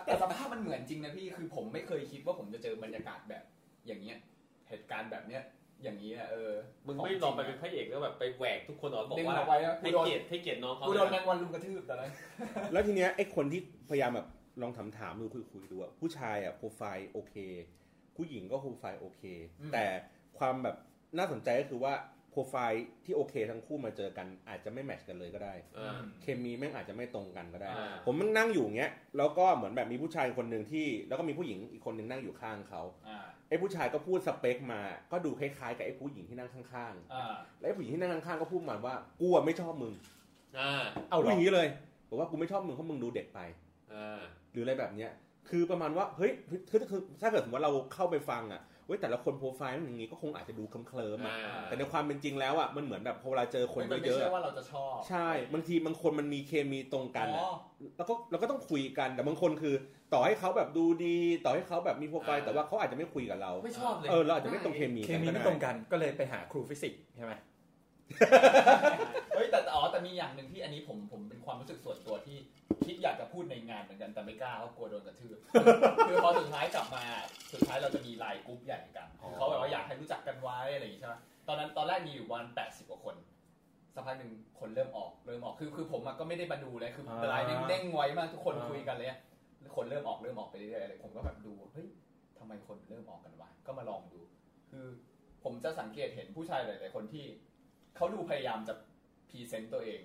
แต่สภาพมันเหมือนจริงนะพี่ คือผมไม่เคยคิดว่าผมจะเจอบรรยากาศแบบ อย่างเงี้ย เหตุการณ์แบบเนี้ย อย่างนี้อะเออ มึงไม่ลองไปเป็นพระเอกแล้วแบบไปแหวกทุกคนออกบอก ดึง ว่า ออกไปแล้วกู ให้ โดน เกียรติให้เกียรติน้องเขา กูโดนแม นะ งวันลุมกระทืบตอนนั้น แล้วทีเนี้ยไอ้คนที่พยายามแบบลองถามถามๆดูคุยคุยๆดูอะผู้ชายอะโปรไฟล์โอเค ผู้หญิงก็โปรไฟล์โอเค อืม แต่ความแบบน่าสนใจก็คือว่าโปรไฟล์ที่โอเคทั้งคู่มาเจอกันอาจจะไม่แมทช์กันเลยก็ได้ เคมีแม่งอาจจะไม่ตรงกันก็ได้ อ่า ผมมันนั่งอยู่อย่างเงี้ย แล้วก็เหมือนแบบมีผู้ชายคนหนึ่งที่ แล้วก็มีผู้หญิงอีกคนหนึ่งนั่งอยู่ข้างเขา อ่า ไอ้ผู้ชายก็พูดสเปคมา ก็ดูคล้ายๆกับไอ้ผู้หญิงที่นั่งข้าง อ่า ๆ และไอ้ผู้หญิงที่นั่งข้างๆก็พูดมาว่า กูอะไม่ชอบมึง อ่า เอาพูดอย่างนี้เลย บอกว่ากูไม่ชอบมึงเพราะมึงดูเด็กไป อ่า หรืออะไรแบบเนี้ย คือประมาณว่า เฮ้ยคือคือถ้าเกิดสมมติว่าเราเข้าไปฟังอ่ะ เว้ยแต่ละคนโปรไฟล์มันอย่างงี้ก็คงอาจจะดูเคลิ้มๆอ่ะ อ่า แต่ในความเป็นจริงแล้วอ่ะ มันเหมือนแบบพอเวลาเจอคน ไม่ เยอะๆไม่ใช่ อะ ว่าเราจะชอบ ใช่ บางทีบางคนมันมีเคมีตรงกันอะ อ๋อ แล้วก็เราก็ต้องคุยกันแต่บางคนคือ ต่อให้เขาแบบดูดี ต่อให้เขาแบบมีโปรไฟล์ อ่า แต่ว่าเขาอาจจะไม่คุยกับเรา ไม่ชอบเลย เออเราอาจจะไม่ตรงเคมี เค กัน มี ก็ ไม่ ด้ ตรงกันก็เลยไปหาครูฟิสิกส์ใช่ไหม เฮ้ยแต่แต่อ๋อแต่มีอย่างหนึ่งที่อันนี้ผมผมเป็นความรู้สึกส่วนตัวที่คิดอยากจะพูดในงานเหมือนกันแต่ไม่กล้าเพราะกลัวโดนกระทืบ คือพอสุดท้ายกลับมาสุดท้ายเราจะมีไลน์กรุ๊ปใหญ่กันคือเขาแบบว่าอยากให้รู้จักกันไว้อะไรอย่างงี้ใช่ไหมตอนนั้นตอนแรกมีอยู่วันแปดสิบกว่าคนสักพักหนึ่งคนเริ่มออกเริ่มออกคือคือผมอะก็ไม่ได้มาดูเลยคือ อ่า ไลน์เด้งๆไว้มากทุกคน อ่า คุยกันเลยอะแล้วคนเริ่มออกเริ่มออกไปเรื่อยๆอะไรผมก็แบบดูเฮ้ยทำไมคนเริ่มออกกันวะก็มาลองดู คือผมจะสังเกตเห็นผู้ชายหลายๆคนที่ เขาดูพยายามจะพรีเซนต์ตัวเอง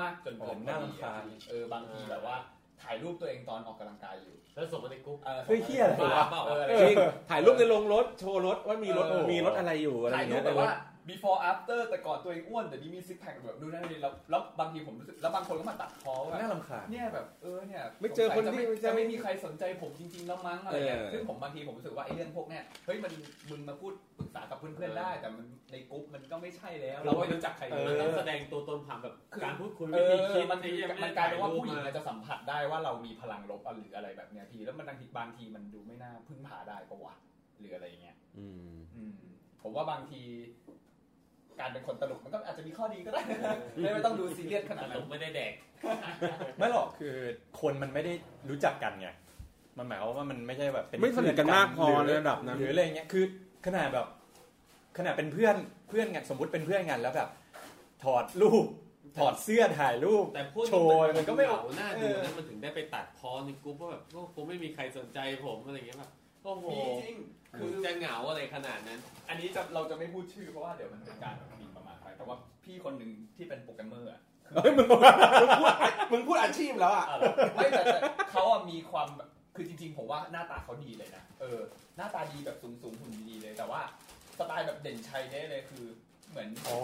มากจนเกิน โอ้น่ารำ พอ คาญ ดีเออบางทีแบบว่า ถ่ายรูปตัวเองตอนออกกำลังกายอยู่ แล้วส่งมาในกรุ๊ป ออ เฮ้ยเหี้ยอะไร บ้า เปล่า เอออะไร จ เงี้ย ริงถ่ายรูปในโรงรถโชว์รถว่ามีรถ เออ มีรถอะไรอยู่อะไรอ ถ่าย ย่าง รู เงี้ ป ย แบบว่า before after แต่ก่อนตัวเองอ้วนแต่นี้มีซิกแพคแบบดูนั่นนี่แล้วแล้วบางทีผมรู้สึกแล้วบางคนก็มาตัดพ้อว่า น่ารำคาญ เนี่ยแบบเออเนี่ย ไม่เจอคนที่ สงสัยจะ จะ ไม่จะ ไม่ ไม่มีใครสนใจผมจริงๆแล้วมั้งอะไรเงี้ย เออ ซึ่งผมบางทีผมรู้สึกว่าไอ้เรื่องพวกเนี้ยเฮ้ยมันมึงมาพูดปรึกษากับเพื่อนๆได้ แต่มันในกลุ่มมันก็ไม่ใช่แล้ว เราไม่รู้จักใคร เออ มันต้องแสดงตัวตนผ่านแบบการพูดคุย เอ วิธีคิ อ ด มัน ไอ้เหี้ มันกลายเป็นว่าผู้หญิง ไม่ อาจจะสัมผัสได้ว่าเรามีพลังลบหรืออะไรแบบเนี้ยทีแล้วมันบางทีบางทีมันดูไม่น่าพึ่งพาได้ปะวะหรืออะไรอย่างเงี้ย อืม อืมผมว่าบางที การเป็นคนตลกมันก็อาจจะมีข้อดีก็ ได้ ไม่ไม่ต้องดูซีเรียสข ถ่ นาด ยรูปนั้มาน ไม่ได้แดก ไม่หรอกคือคนมันไม่ได้รู้จักกันไงมันหมายความว่ามันไม่ใช่แบบเป็น ไม่สนิทกันมากพอ ห ในระดับนั้น หรืออะไรเงี้ยคือขนาดแบบขนาดเป็นเพื่อนเพื่อนกันสมมติเป็นเพื่อนกันแล้วแบบ ถอดรูป ถอดเสื้อถ่ายรูป แต่พูด โชว์มันก็ไม่ เห เอา งาหน้าดู เอ นะ อ มันถึงได้ไปตัดพ้อในกรุ๊ปว่าแบบโอ้คงไม่มีใครสนใจผมอะไรอย่างเงี้ยแบบโอ้โห มีจริง คื คือ อ จะเหงาอะไรขนาดนั้น อันนี้จะเราจะไม่พูดชื่อเพราะว่าเดี๋ยวมันเป็นการหมีประมาทไปแต่ว่าพี่คนหนึ่งที่เป็นโปรแกรมเมอร์อะคือ เฮ้ยมึงมึงพูดมึงพูดอาชีพแล้วอ่ะ อ่ะเหรอไม่แต่แต่เขาอะมีความแบบคือจริง ๆ ผมว่าหน้าตาเขาดีเลยนะเออ หน้าตาดีแบบสูงๆหุ่นดีๆเลย แต่ว่าสไตล์แบบเด่นชัยได้เลยคือ เหมือน อ๋อ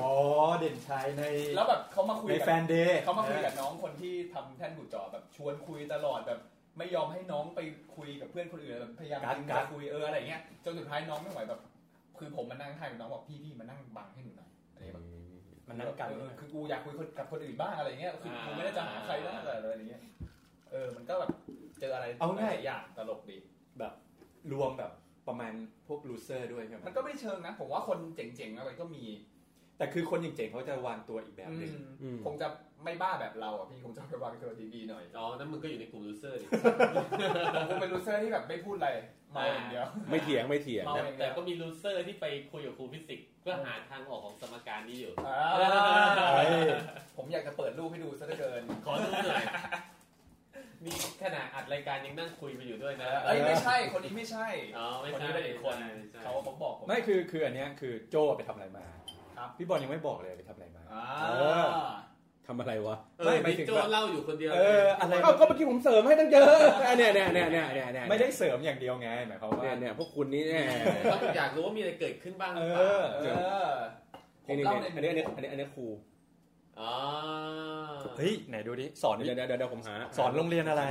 เด่นชัยใน แล้วแบบเขามาคุย ใน กั แฟนเดย์ เขามาคุยกับน้องคนที่ทำแท่นบุดจอแบบชวนคุยตลอดแบบ ไม่ยอมให้น้องไปคุยกับเพื่อนคนอื่นแบบพยายามดึงจะคุยเอออะไรเงี้ยจนสุดท้ายน้องไม่ไหวแบบ คือผมมานั่งให้น้องบอกพี่พี่มานั่งบังให้หนูหน่อยอะไรแบบ มันนั่งกัน เออคือกูอยากคุยคนกับคนอื่นบ้างอะไรเงี้ยคือกูไม่ได้จะหาใครแล้วแต่อะไรอย่างเงี้ยเออมันก็แบบเจออะไรหลายอย่างตลกดี รวมแบบประมาณพวกลูเซอร์ด้วยใช่ไหม มันก็ไม่เชิงนะผมว่าคนเจ๋งๆอะไรก็มี แต่คือคนเจ๋งๆเขาจะวางตัวอีกแบบหนึ่ง อืม อืม คงจะไม่บ้าแบบเราอ่ะพี่คงจะไปวางตัวดีๆหน่อย อ๋อนั่นมึงก็อยู่ในกลุ่มลูเซอร์ดิ ผมคงเป็นลูเซอร์ที่แบบไม่พูดอะไรเมาอย่างเดียว ไม่เถียงไม่เถียง เมา แต่แต่ก็มีลูเซอร์ที่ไปคุยกับครูฟิสิกส์เพื่อหาทางออกของสมการนี้อยู่ เอ้ย ผมอยากจะเปิดรูปให้ดูซะเหลือเกิน ขอดูหน่อยมีขณะอัดรายการยังนั่งคุยไปอยู่ด้วยนะ เอ้ยไม่ใช่คนนี้ไม่ใช่ อ๋อไม่ คน ใช่ นี้เป็นอีกคน ไม่ใช่ เขาเขาบอกผม ไม่คือคืออันเนี้ยคือโจไปทำอะไรมา ครับ พี่บอลยังไม่บอกเลยไปทำอะไรมา อ่า เออ ทำอะไรวะ เอ ไม่หอมาย มี ถึง โจ ว่า เล่าอยู่คนเดียว เอออะไร เอ้าก็เมื่อกี้ผมเสริมให้ตั้งเยอะเนี่ยเนี่ยเนี่ยเนี่ยเนี่ยเนี่ย ไม่ได้เสริมอย่างเดียวไงหมายความว่า เนี่ยเนี่ยพวกคุณนี่เนี่ย ต้องอยากรู้ว่ามีอะไรเกิดขึ้นบ้างห เอ รือเปล่า อ เออผม นี่ เล่า นี่ ใน อันนี้อันนี้อันนี้อันนี้ครู อ๋อ เฮ้ยไหนดูดิสอนดิ เดี๋ยวเดี๋ยวเดี๋ยวเดี๋ยวผมหา สอนโรงเรียนอะไร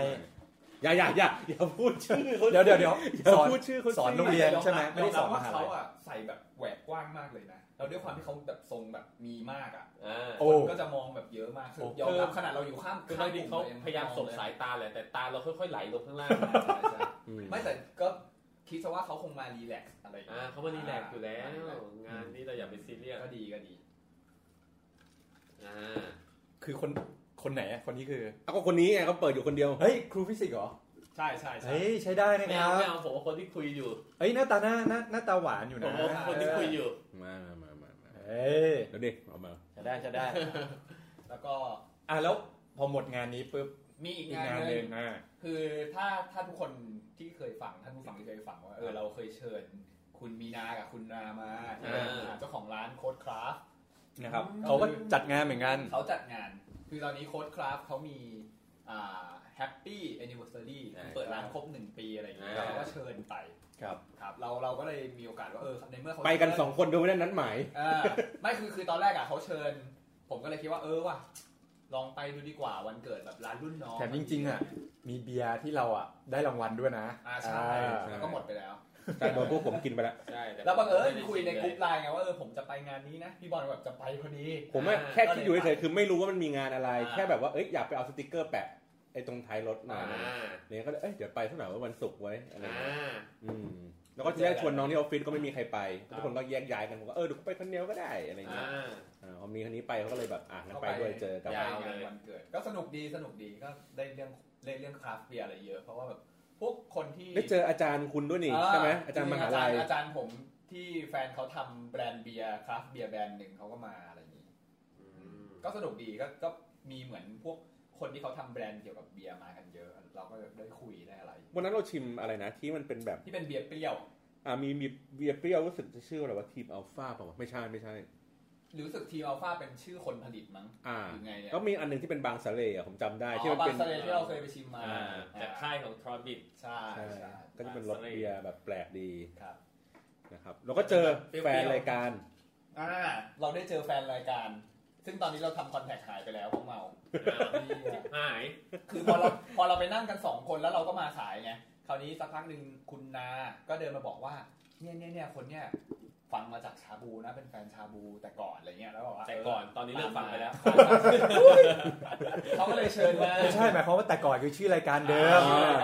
อย่าอย่าอย่าอย่าพูดชื่อเขา เดี๋ยวเดี๋ยวเดี๋ยว อย่า สอน พูดชื่อเขาสิ สอนโรงเรียนใช่ไหมไม่ได้สอน ยม ม รับว่า หา เขา ลัย อ่ะใส่แบบแหวกกว้างมากเลยนะแล้วด้วยความที่เขาแบบทรงแบบมีมากอ่ะ อ่า โอ้ คนก็จะมองแบบเยอะมากคือยอมรับขนาดเราอยู่ข้าม คือ ข้า บาม งที กลุ่ม เขา ล พยายามส่งสายตาแหละแต่ตาเราค่อยๆไหลลงข้างล่าง ใช่ใช่ อืม ไม่แต่ก็คิดซะว่าเขาคงมารีแลกซ์อะไรย่ง อ่า งี้ย เขามารีแลกซ์อยู่แล้ว มารีแลกซ์ งานนี้เราอย่าไปซีเรียส ก็ดีก็ดี อ่า คือคนคนไหนอะคนนี้คือ เอาก็คนนี้ไงเขาเปิดอยู่คนเดียว เฮ้ยครูฟิสิกส์เหรอ ใช่ใช่ใช่ เฮ้ยใช้ได้นะ ไม่ ค เอา รับ ไม่เอาผมว่าคนที่คุยอยู่ เฮ้ยหน้าตาหน้าหน้าหน้าตาหวานอยู่ ผ นะ มว่าคนที่คุยอยู่ มามามามามา เฮ้ย เดี๋ยวดิเอามา ใช้ได้ใช้ได้ แล้วก็ อ่ะแล้วพอหมดงานนี้ปุ๊บ มีอีก อีก งาน งาน ห ห นึ่ นึ่ ง งอ่ะ คือถ้าถ้าทุกคนที่เคยฟังท่านผู้ฟังที่เคยฟังว่าเออเราเคยเชิญ คุณมีนากับคุณนามา อ่า เจ้าของร้านโค้ดคราฟ นะครับ อืม เขาก็จัดงานเหมือนกัน เขาจัดงาน คือตอนนี้โค้ดคราฟเขามีอ่าแฮปปี้แอนนิเวอร์ซรี อ่า เปิดร้านครบหนึ่งปีอะไรอย่างเงี้ย ครับ เขาก็เชิญไป ครับ ครับ เราเราก็เลยมีโอกาสว่าเออในเมื่อเขา ไปกัน เชิญ สองคนโดยไม่ได้นัดหมาย เออไม่คือคือตอนแรกอ่ะเขาเชิญ ผมก็เลยคิดว่าเออว่ะลองไปดูดีกว่าวันเกิดแบบร้านรุ่นน้อง แถมจริงๆอ่ะ มีเบียร์ที่เราอ่ะได้รางวัลด้วยนะ อ่าใช่ อ่า ใช่ แล้วก็หมดไปแล้ว แต่โดนพวกผมกินไปละ ใช่ต่ แล้วบังเอิญ ไม่ได้ คุยในกลุ่ม เลย ไลน์ไงว่าเออผมจะไปงานนี้นะพี่บอลแบบจะไปพอดี ผมอะแค่คิดอยู่ ก็เลย เฉยๆคือไม่รู้ว่ามันมีงานอะไร อ่า แค่แบบว่าเอ้ยอยากไปเอาสติกเกอร์แปะไอ้ตรงท้ายรถหน่อย อ่า เนี่ยก็เลยเอ้ยเดี๋ยวไปสักหน่อยว่าวันศุกร์ไว้ยอะไร อ่ เงี้ย า อืมแล้วก็ทีแรกชวนน้องที่ออฟฟิศก็ไม่มีใครไปทุกคนก็แยกย้ายกันผมก็เออเดี๋ยวกูไปคนเดียวก็ได้อะไร อ่ เงี้ย า อ่าพอมีคนนี้ไปเขาก็เลยแบบอ่ะงั้นไป เขาไป ด้วยเจอกับ ย ไป วเล งานวันเกิด ก็สนุกดีสนุกดีก็ได้เรื่องได้เรื่องคราฟต์เบียร์อะไรเยอะเพราะว่าแบบพวกคนที่ ได้เจออาจารย์คุณด้วยนี่ใช่ไหมอาจารย์มหาลัย จงๆอจรอาจารย์ผมที่แฟนเขาทำแบรนด์เบียร์คราฟต์เบียร์แบรนด์หนึ่งเขาก็มาอะไรอย่างนี้ อืม ก็สนุกดีก็ก็มีเหมือนพวกคนที่เขาทำแบรนด์เกี่ยวกับเบียร์มากันเยอะ เราก็ได้คุยได้อะไร วันนั้นเราชิมอะไรนะที่มันเป็นแบบ ที่เป็นเบียร์เปรี้ยว อ่ามีมีเบียร์เปรี้ยวรู้สึกจะชื่ออะไรว่าทีมอัลฟาป่าวะไม่ใช่ไม่ใช่ รู้สึกทีอัลฟาเป็นชื่อคนผลิตมั้ง อ่า หรือไงเนี่ย ก็มีอันหนึงที่เป็นบางสะเลอ่ะผมจำได้ที่ อ๋อ มัน บา เป็ ง น สะเลที่เราเคยไปชิมมา อ่าจากค่ายของทรอบิท ใช่ ใช่ ใช่ ก็จะเป็นรส บางสะเล เบียร์แบบแปลกดี ครับ นะครับแล้วก็เจอ เปรี้ยวๆ แฟนรายการ อ่าเราได้เจอแฟนรายการ ซึ่งตอนนี้เราทำคอนแทคหายไปแล้วเพราะเมา หาย คือพอเราพอเราไปนั่งกันสองคนแล้วเราก็มาสายไงคราวนี้สักพักหนึ่งคุณนา ก็เดินมาบอกว่าเนี่ยเนี่ยเนี่ยคนเนี่ยฟังมาจากชาบูนะเป็นแฟนชาบูแต่ก่อนอะไรเงี้ยแล้วบอกว่า แต่ก่อนตอนนี้เลิกฟังไปแล้ว เขาก็เลยเชิญมา ไม่ใช่หมายความว่าแต่ก่อนคือชื่อรายการเดิม อ่า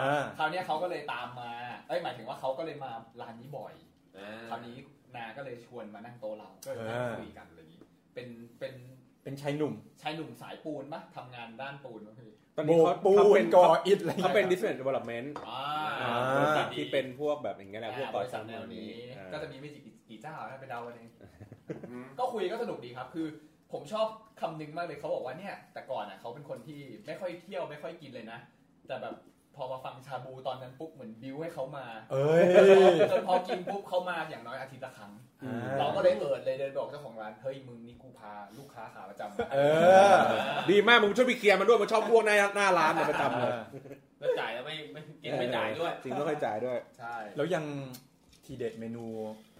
อ่า คราวเนี้ยเขาก็เลยตามมา เอ้ยหมายถึงว่าเขาก็เลยมาร้านนี้บ่อย คราวนี้นาก็เลยชวนมานั่งโต๊ะเราก็เลยนั่ง เออ คุยกันอะไรอย่างนี้ เป็นเป็น เป็นชายหนุ่ม ชายหนุ่มสายปูนปะทำงานด้านปูนปะพี่ ตอน โบ นี้เขา กปู เขา น เป็น ก่ออิฐอะไร เขาเป็น อย่างงี้ย business development อ่า อ่า บริษัทที่เป็นพวกแบบอย่างเงี้ยแหละพวก อ่าบ ก่อ ริ ส ษั ร้า ท ง แนวนี้ อ่า ก็จะมีไม่กี่กี่เจ้านะไปเดากันเองก็คุยก็สนุกดีครับ คือ ผมชอบคำนึงมากเลยเขาบอกว่าเนี่ย แต่ก่อนอ่ะเขาเป็นคนที่ไม่ค่อยเที่ยวไม่ค่อยกินเลยนะ แต่แบบพอมาฟังชาบูตอนนั้นปุ๊บเหมือนบิวให้เขามา เอ้ย จนพอกินปุ๊บเขามาอย่างน้อยอาทิตย์ละครั้ง อ่า เราก็เลยเอิดเลยเดินไปบอกเจ้าของร้าน เฮ้ยมึงนี่กูพาลูกค้าขาประจำมา เออ ดีมากมึงช่วยไปเคลียร์มันด้วยมันชอบอ้วกหน้าหน้าร้านเนี่ยประจำเลย แล้วจ่ายแล้วไม่ไม่กินไม่จ่ายด้วย จริงไม่ค่อยจ่ายด้วย ใช่ แล้วยังทีเด็ดเมนู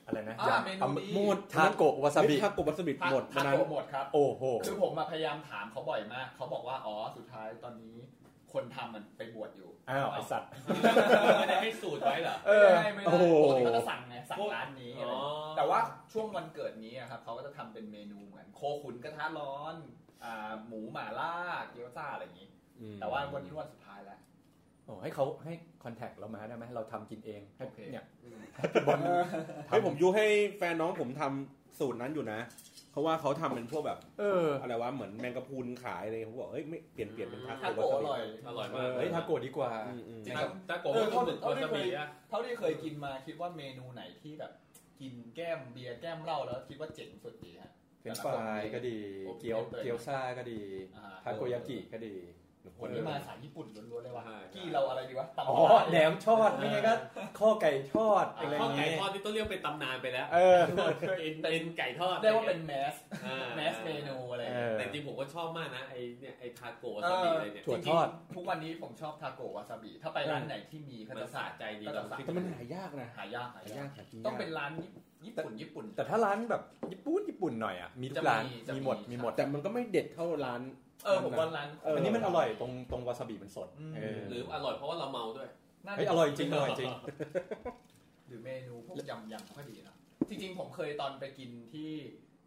อะไรนะ อ่าเมนูนี้ หมดทาโกะวาซาบิ เฮ้ยทาโกะวาซาบิหมด พั มากนา พั น กหมดครับ โอ้โห คือผมอะพยายามถามเขาบ่อยมาก เขาบอกว่า อ๋อ สุดท้ายตอนนี้คนทำมันไปบวชอยู่ อ้าว ไอสัตว์ ไม่ได้ให้สูตรไว้เหรอ เออ ไม่ได้ไม่ได้ โอ้โห ปกติเขาจะสั่งไง สั่งร้านนี้อะไร อ๋อ แต่ว่าช่วงวันเกิดนี้อะครับเขาก็จะทำเป็นเมนูเหมือนโคขุนกระทะร้อนอ่าหมูหม่าล่าเกี๊ยวซ่าอะไรอย่างนี้ อืม แต่ว่าวันนี้วันสุดท้ายแล้ว โอ้ให้เขาให้คอนแทคเรามาได้ไหมเราทำกินเองให้ โอเค เนี่ย อืม บอ ล เฮ้ยผมยูให้แฟนน้องผมทำสูตรนั้นอยู่นะเพราะว่าเขาทำเป็นพวกแบบ เออ อะไรวะเหมือนแมงกะพรุนขายอะไรเขาบอกเฮ้ยไม่เปลี่ยนเปลี่ยนเป็นทา ทา โกะวา โกะ ซาบิอร่อย อร่อย เอ มาก อเฮ้ยทาโกะดีกว่า อืมอืม จริง ตาตาโกะ เออ ก็ เขา เหมือน เขา วา ได้ ซา เค บิ ย อะ เท่าที่เคยกินมาคิดว่าเมนูไหนที่แบบกินแก้มเบียร์แก้มเหล้าแล้วคิดว่าเจ๋งสุดดีฮะ เฟรนช์ฟรายก็ดี โอเค เกี๊ยวเกี๊ยวซ่าก็ดี อ่ ทาโกยากิก็ดี วันนี้มาสายญี่ปุ่นล้วนๆเลยว่ะ ใช่ กี่เราอะไรดีวะตำ อ๋อ ปลา แหนมทอดไม่ไงก็ข้อไก่ทอด ไอ้ อะไร ข้อ อย่าง ไก่ เงี้ย ทอดที่ต้องเรียกเป็นตำนานไปแล้ว เออ เอ็นเอ็นไก่ทอด เรียกว่าเป็นแมส อ่า แมสเมนูอะไร เออ แต่จริงผมก็ชอบมากนะไอ้เนี่ยไอ้ทาโกะวาซาบิอะไรเนี่ย ถั่วทอด จริงๆทุกวันนี้ผมชอบทาโกะวาซาบิ ถ้าไปร้านไหนที่มีเขา มัน จะ สะ สาด ใจดี ก็ เรา จะสาด แต่มันหายากนะ หายากหาหาายยาก กหากินยาก ต้องเป็นร้านญี่ปุ่นญี่ปุ่น แต่ถ้าร้านแบบญี่ปุ่นญี่ปุ่นหน่อยอ่ะ มีทุก จะมี ร้าน จะมี มีหมด ครับ มีหมด แต่มันก็ไม่เด็ดเท่าร้าน เออผมว่าร้าน เอออั อันนี้มันอร่อยตรงตรงวาซาบิมันสด อืม เออ หรืออร่อยเพราะว่าเราเมาด้วย น่าจะ เฮ้ยอร่อยจริงอร่อยจริง หรือเมนูพวกยำยำก็ดีนะจริงๆผมเคยตอนไปกินที่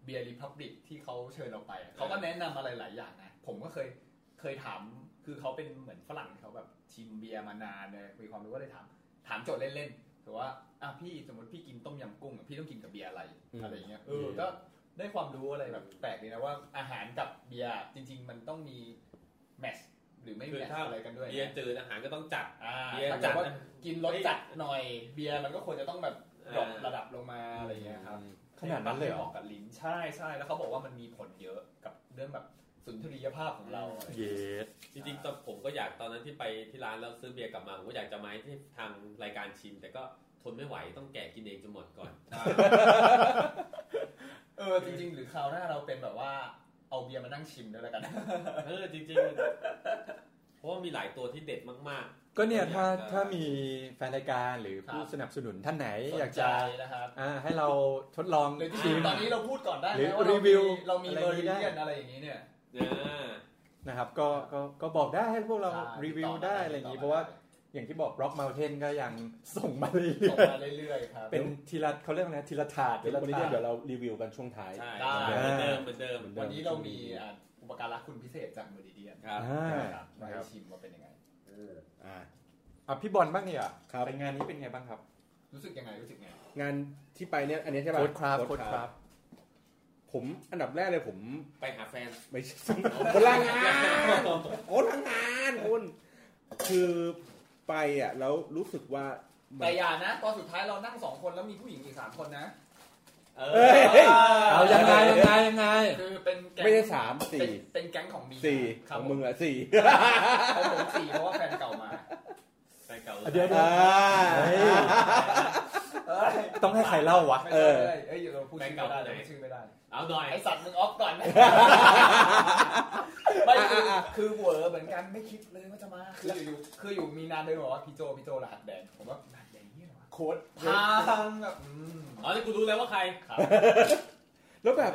เบียร์ริพับลิกที่เขาเชิญเราไปอะเขาก็แนะนำอะไรหลายอย่างนะผมก็เคยเคยถามคือเขาเป็นเหมือนฝรั่งที่เขาแบบชิมเบียร์มานานเลยมีความรู้ก็เลยถาม ถามโจทย์เล่นๆถือว่าอ่ะพี่สมมติพี่กินต้มยำกุ้งอ่ะพี่ต้องกินกับเบียร์อะไร อืม อะไรอย่างเงี้ยเออ อืม ก็ได้ความรู้อะไรแบบแปลกดีนะว่าอาหารกับเบียร์จริง ๆ มันต้องมีแมทช์หรือไม่ คือ แมทช์ ถ้า อะไรกันด้วย เบียร์จืดอาหารก็ต้องจัด อ่า เบียร์ ถ้า จั เกิ ด ดว่า นะ กินรสจัดหน่อยเบียร์มันก็ควรจะต้องแบบดรอป อ่า ระดับลงมาอะไรอย่างเงี้ยครับ ขนาดนั้นเลยเหร อ อ อกกับลิ้นใช่ใช่แล้วเขาบอกว่ามันมีผลเยอะกับเรื่องแบบสุนทรียภาพของเราอะไรอย่าง เย เงี้ย ส จริงๆตอนผมก็อยากตอนนั้นที่ไปที่ร้านแล้วซื้อเบียร์กลับมาผมก็อยากจะมาให้ที่ทางรายการชิม แต่ก็ทนไม่ไหวต้องแกะกินเองจนหมดก่อน เออจริง ๆ หรือคราวหน้าเราเป็นแบบว่าเอาเบียร์มานั่งชิมด้วยแล้วกัน เออจริงๆ เพราะว่ามีหลายตัวที่เด็ดมากๆ ก็เนี่ยถ้า อยกจะ ถ้ามีแฟนรายการหรือ ครับ ผู้สนับสนุนท่านไหน ส อน ยาก ใจ จะ นะครับ อ่าให้เราทดลอง หรือจ ชิ ริง ม ๆตอนนี้เราพูดก่อนได้ไห หรื ม อ ว่าเรา รีวิ มี ว เรามี อะไร เบอ นี้ ร์ริ ได้ เลียนอะไรอย่างนี้เนี่ย อ่า นะครับก็ก็ก็บอกได้ให้พวกเรา ใช่ รีวิว ติต่ ได้อะไรอย่างนี้ เพราะว่าอย่างที่บอกร็อกเมลเทนก็ยังส่งมาเรื่ ติด อ ต่อย มาเรื่อยๆครับ ๆเป็นทีละเขาเรียกว่าไงทีละถาด เดี๋ยวทีละ วันนี้ ถาด เดี๋ยวเรารีวิวกันช่วงท้าย ใช่ ได้ เหมือนเดิมเหมือนเดิม วันนี้เรามีอ่าอุปการะคุณพิเศษจากเมอริเดียน ครับ อ่า ครับมาให้ชิมว่าเป็นยังไง อ่า อ่ะพี่บอลบ้างเนี่ย ครับ ไปงานนี้เป็นไงบ้างครับ รู้สึกยังไงรู้สึกไง งานที่ไปเนี่ย อันนี้ใช่ป่ะ โค้ดครับโค้ด ด ครับ ผมอันดับแรกเลยผม ไปหาแฟน ไม่ใช่ คนละงาน โอ้ทางงาน คุณคือไปอ่ะแล้วรู้สึกว่ามัน แต่อย่านะ ตอนสุดท้ายเรานั่งสองคนแล้วมีผู้หญิงอีกสามคนนะ เอ เอ้ อย เอายังไงยังไงยังไง คือเป็นแก๊ง ไม่ได้สามสี่ เป็นเป็นแก๊งของมี สี่ ค ข รับ อง ผ มึ ม งอ่ะสี่ ของผมสี่เพราะว่าแฟนเก่ามา แฟนเก่า เดี๋ยว อ่า เอ้ย ต้องให้ใครเล่าวะ ไม่ เออใช่เลยเอ้ยเดี๋ยวเราพูดชื่อไม่ได้เราพูดชื่อไม่ได้ เอาหน่อย ไอสัตว์มึงออฟก่อนนะ ไม่คือคือเหวอเหมือนกันไม่คิดเลยว่าจะมา คืออยู่คืออยู่มีนานเลยบอกว่าพี่โจพี่โจรหัสแดงผมว่ารหัสแดงนี่เหรอวะ โค้ด พังแบบอืม อ๋อนี่กูรู้แล้วว่าใคร ครับ แล้วแบบ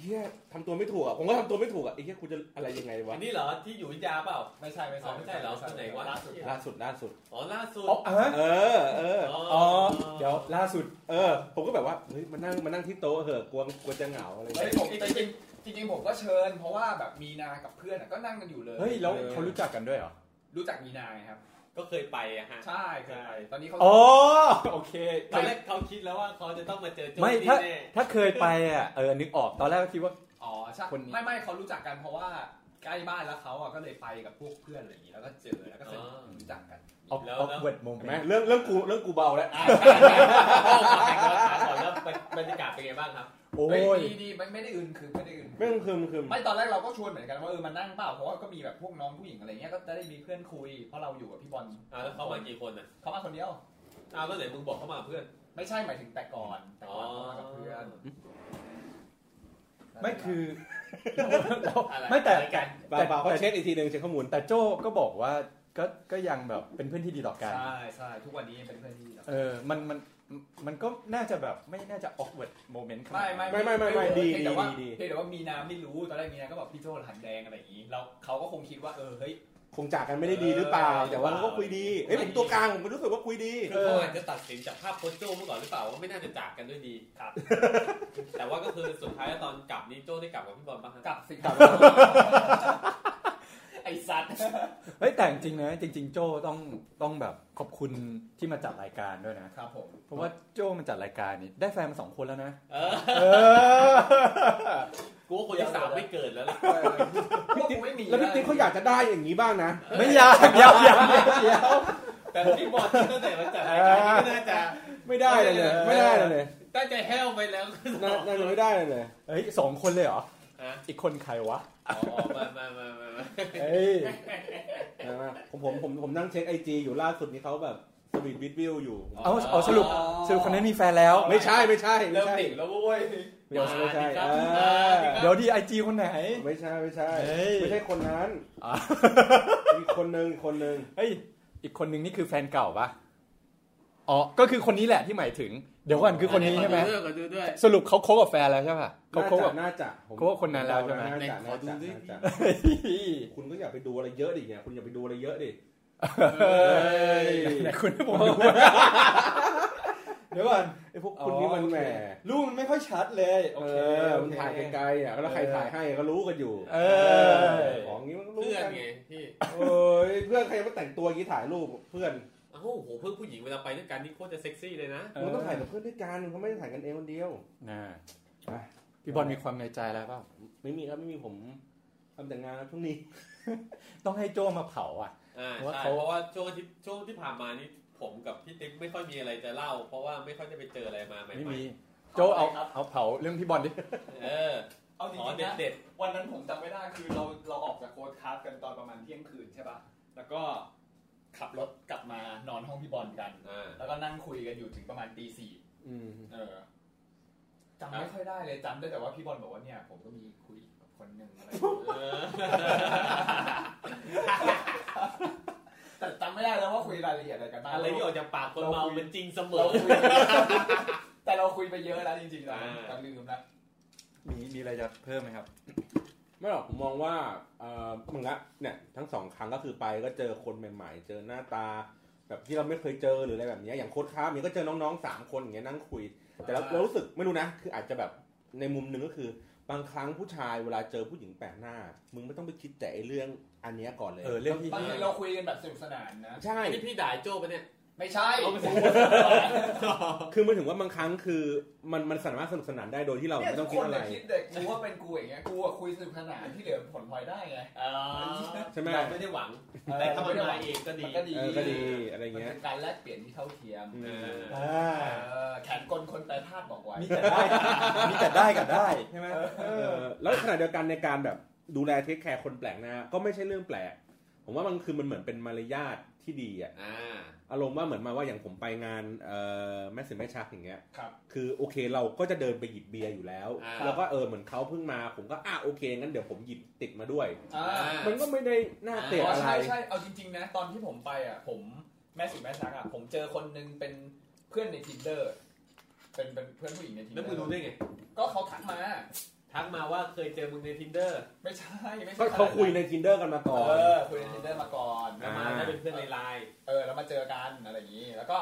เฮียทำตัวไม่ถูกอ่ะผมก็ทำตัวไม่ถูกอ่ะไอ้เฮียกูจะอะไรยังไงวะ อันนี้เหรอที่อยู่ยาเปล่า ไม่ใช่ไม่ใช่ อ๋อไม่ใช่เหรอคนไหนวะ ล่าสุด ล่าสุดล่าสุด อ๋อล่าสุด อ๋อฮะ เออเออ อ๋อ เดี๋ยวล่าสุด เออ ผมก็แบบว่า เฮ้ย มานั่ง มานั่งที่โต๊ะเหอะกลัวกลัวจะเหงาอะไรอย่าง เฮ้ย เงี้ย ผมจริงจริงๆผมก็เชิญ เพราะว่าแบบมีนากับเพื่อนอะก็นั่งกันอยู่เลย เฮ้ย แล้ว เออ เขารู้จักกันด้วยเหรอ รู้จักมีนาไงครับ ก็เคยไปอะฮะ ใช่ใช่ตอนนี้เขา อ๋อ โอเค ตอนแรกเขาคิดแล้วว่าเขาจะต้องมาเจอโจ้ ไม่ ที่ ถ้า แน่ ถ้าเคยไปอ่ะ เออ นึกออก ตอนแรกก็คิดว่า อ๋อใช่ คนนี้ ไม่ไม่เขารู้จักกันเพราะว่าใกล้บ้านแล้วเขาอะก็เลยไปกับพวกเพื่อนอะไรอย่างงี้แล้วก็เจอแล้วก็สนิทรู้จักกัน ออกออกเวิร์ดโม เห็น เม ไหม นต์ เรื่องเรื่องกู เรื่องกูเบาแล้ว อ่ะเอาไปก่อนถามก่อนแล้วบรรยากาศเป็นไงบ้างครับ โอ้ เฮ้ยยดีดีไม่ไม่ได้อื่นคือไม่ได้อื่น ไม่ต้องคืมคืม ไม่ตอนแรกเราก็ชวนเหมือนกันว่าเออมานั่งเปล่าเพราะว่าก็มีแบบพวกน้องผู้หญิงอะไรเงี้ยก็จะได้มีเพื่อนคุยเพราะเราอยู่กับพี่บอล อ่าแล้วเขามากี่คนอ่ะ เขามาคนเดียว อ้าวแล้วไหนมึงบอกเขามากับเพื่อน ไม่ใช่หมายถึงแต่ก่อนแต่ก่อนเขามากับเพื่อน ไม่คือ อะไร ไม่แต่ อะไรกัน เบาเบาเขาเช็คอีกทีหนึ่งเช็คข้อมูล แต่โจ้ก็บอกว่า ก็ ก็ยังแบบ เป็นเพื่อนที่ดีต่อกัน ใช่ใช่ทุกวันนี้ยังเป็นเพื่อนที่ดีนะ เออ มัน มัน มันก็น่าจะแบบไม่น่าจะ awkward moment ขนาด ไม่ นั้น ไม่ ไม่ไม่ไม่ไม่ดี เพียงแต่ว่า ดีดี เพียงแต่ว่ามีนาไม่รู้ตอนแรกมีนาก็บอกพี่โจหันแดงอะไรอย่างนี้แล้วเขาก็คงคิดว่าเออเฮ้ย คงจากกันไม่ได้ดีหรือเปล่า เออ แต่ว่าเราก็คุยดีเอ้ยผมตัวกลางผมก็รู้สึกว่าคุยดี คือเขาอาจจะตัดสินจากภาพโคชโจ้เมื่อก่อนหรือเปล่าว่าไม่น่าจะจากกันด้วยดี ครับ แต่ว่าก็คือสุดท้ายแล้วตอนกลับนี่โจ้ได้กลับกับพี่บอลปะฮะ กลับสิครับไอสัตว์ เฮ้ยแต่จริงๆนะจริง ๆ โจ้ต้องต้องแบบขอบคุณที่มาจัดรายการด้วยนะ ครับผม เพราะว่าโจ้มันจัดรายการนี่ได้แฟนมาสองคนแล้วนะ เออ เออ กูว่าคนที่สามไม่เกิดแล้วล่ะ พี่ติ๊กไม่มี แล้วพี่ติ๊กเขาอยากจะได้อย่างนี้บ้างนะ ไม่อยากอยากอยากอยาก แต่พี่บอลตั้งแต่มาจัดรายการนี่ก็น่าจะ ไม่ได้เลยเนี่ยไม่ได้เลยเนี่ย ตั้งใจแห้วไปแล้ว น่าน่าจะไม่ได้เลยเนี่ย เฮ้ยสองคนเลยเหรอ ฮะ อีกคนใครวะ อ๋อมามามามามา เฮ้ย เอามาผมผมผมผมนั่งเช็คไอจีอยู่ล่าสุดนี้เขาแบบสวีทวิดวิวอยู่ เอาเอาสรุปสรุปคนนั้นมีแฟนแล้ว ไม่ใช่ไม่ใช่ไม่ เริ่ม ใช่ ติ่งแล้วเว้ย ไม่ใช่ไม่ใช่เออ เดี๋ยวดีไอจีคนไหน ไม่ใช่ไม่ใช่ เฮ้ย ไม่ใช่คนนั้นอีกคนนึงอีกคนนึง เฮ้ย อีกคนนึงนี่คือแฟนเก่าปะอ๋อ ก็คือคนนี้แหละที่หมายถึง เดี๋ยวก่อนคือคนนี้ใช่ไหม ขอดูด้วย สรุปเขาคบกับแฟนแล้วใช่ปะเขา น่า คบ จะ กับ น่าจะผม เขาว่าคนนั้นแล้วใช่ไหม น่าจะน่าจะน่าจะ เฮ้ย คุณก็อย่าไปดูอะไรเยอะดิเนี่ยคุณอย่าไปดูอะไรเยอะดิ ไหนคุณให้ผมดูเดี๋ยวก่อน ไอ้พวกคุณนี่มันแหม รูปมันไม่ค่อยชัดเลยโอ เอ เค อ โอ มัน เค ถ่ายไกลๆอ่ะแล้วใครถ่ายให้ก็รู้กันอยู่ เออ ของนี้มันก็รู้ เพื่อน กัน ไงพี่ โอ้ยเพื่อนใครมาแต่งตัวอย่างนี้ถ่ายรูปเพื่อน เอ้าโหเพื่อนผู้หญิงเวลาไปด้วยกันนี่โคตรจะเซ็กซี่เลยนะ เออ มันต้องถ่ายกับเพื่อนด้วยกันเขาไม่ได้ถ่ายกันเองคนเดียว น่า ไป พี่บอลมีความในใจอะไรเปล่า ไม่มีครับไม่มีผมทำแต่งงานแล้วพรุ่งนี้ ต้องให้โจมาเผาอ่ะ อ่า เพราะว่าเขาใช่เพราะว่าช่วงที่ช่วงที่ผ่านมานี่ผมกับพี่ติ๊กไม่ค่อยมีอะไรจะเล่า เพราะว่าไม่ค่อยได้ไปเจออะไรมาใหม่ ไม่มี โจเอาเอาเผาเรื่องพี่บอลดิ ๆเออ เอาจริ ของ ๆ เด็ด นะ เด็ด วันนั้นผมจำไม่ได้คือเราเราออกจากโค้ดคราฟกันตอนประมาณเที่ยงคืนใช่ปะแล้วก็ขับรถกลับมานอนห้องพี่บอลกัน ๆอ่า แล้วก็นั่งคุยกันอยู่ถึงประมาณตีสี่ อืม เออจำไม่ค่อยได้เลยจำได้แต่ว่าพี่บอลบอกว่าเนี่ยผมก็มีคุยกับคนหนึ่งอะไรอย่างเงี้ย เออ แต่จำไม่ได้แล้วว่าคุยรายละเอียดอะไรกันบ้าง อะไรที่ออกจากปากคนเมา เราคุย มันจริงเสม เรา อ คุย แต่เราคุยไปเยอะแล้วจริงๆนะ อ่า แต่ลืมละ มีมีอะไรจะเพิ่มไหมครับ ไม่หรอกผมมองว่าเออมึงละเนี่ยทั้งสองครั้งก็คือไปก็เจอคนใหม่ๆ เจอหน้าตา แบบที่เราไม่เคยเจอหรืออะไรแบบเนี้ยอย่างโค้ดค้ามีก็เจอน้องๆสามคนอย่างเงี้ยนั่งคุย แต่เราเรารู้สึกไม่รู้นะ คืออาจจะแบบในมุมหนึ่งก็คือ บางครั้งผู้ชายเวลาเจอผู้หญิงแปลกหน้า มึงไม่ต้องไปคิดแต่ไอ้เรื่องอันเนี้ยก่อนเลย เออเรื่องที่ บางทีเราคุยกันแบบสนุกสนานนะ ใช่ นี่พี่ด่ายโจ้ปะเนี่ย ไม่ใช่ เอาไปสิ คือมันถึงว่าบางครั้งคือมันมันสามารถสนุกสนานได้โดยที่เรา เนี่ย ไม่ ทุ ต้อก ง ค คิด น อะไร น่ะคิดเด็กกูว่าเป็นกูอย่างเงี้ยกูอะคุยสนุกสนานที่เหลือผลพลอยได้ไง อ๋อ ใช่ไหม เราไม่ได้หวัง แต่ถ้ามันมาเองก็ดี มันก็ดี เออก็ดีอะไร มัน เงี้ย เป็นการแลกเปลี่ยนที่เท่าเทียม อืม เออ เออแขนกลคนแปรธาตุบอกไว้ มีแต่ได้ มีแต่ได้กับได้ใช่ไหม เออแล้วขณะเดียวกันในการแบบดูแลเทคแคร์คนแปลกหน้าก็ไม่ใช่เรื่องแปลก ผมว่ามันคือมันเหมือนเป็นมารยาทที่ดีอะ อ่า อารมณ์ว่าเหมือนมาว่าอย่างผมไปงานเอ่อแม่สิแม่ชักอย่างเงี้ย ครับ คือโอเคเราก็จะเดินไปหยิบเบียร์อยู่แล้ว อ่า แล้วก็เออเหมือนเขาเพิ่งมาผมก็อ่ะโอเคงั้นเดี๋ยวผมหยิบติดมาด้วย อ่า มันก็ไม่ได้น่าเตะ อ๋อ อะไร ใช่ใช่เอาจริงๆนะตอนที่ผมไปอ่ะ ผมแม่สิแม่ซักอ่ะผมเจอคนนึงเป็นเพื่อนใน tinder เป็นเป็นเพื่อนผู้หญิงใน tinder แล้วมึงรู้ได้ไง ก็เขาทักมา ทักมาว่าเคยเจอมึงใน tinder ไม่ใช่ไม่ใช่ ก็เขาคุยใน tinder กันมาก่อน เออคุยใน tinder มาก่อน แล้วมาได้เป็นเพื่อนในไลน์ เออแล้วมาเจอกันอะไรอย่างนี้ แล้วก็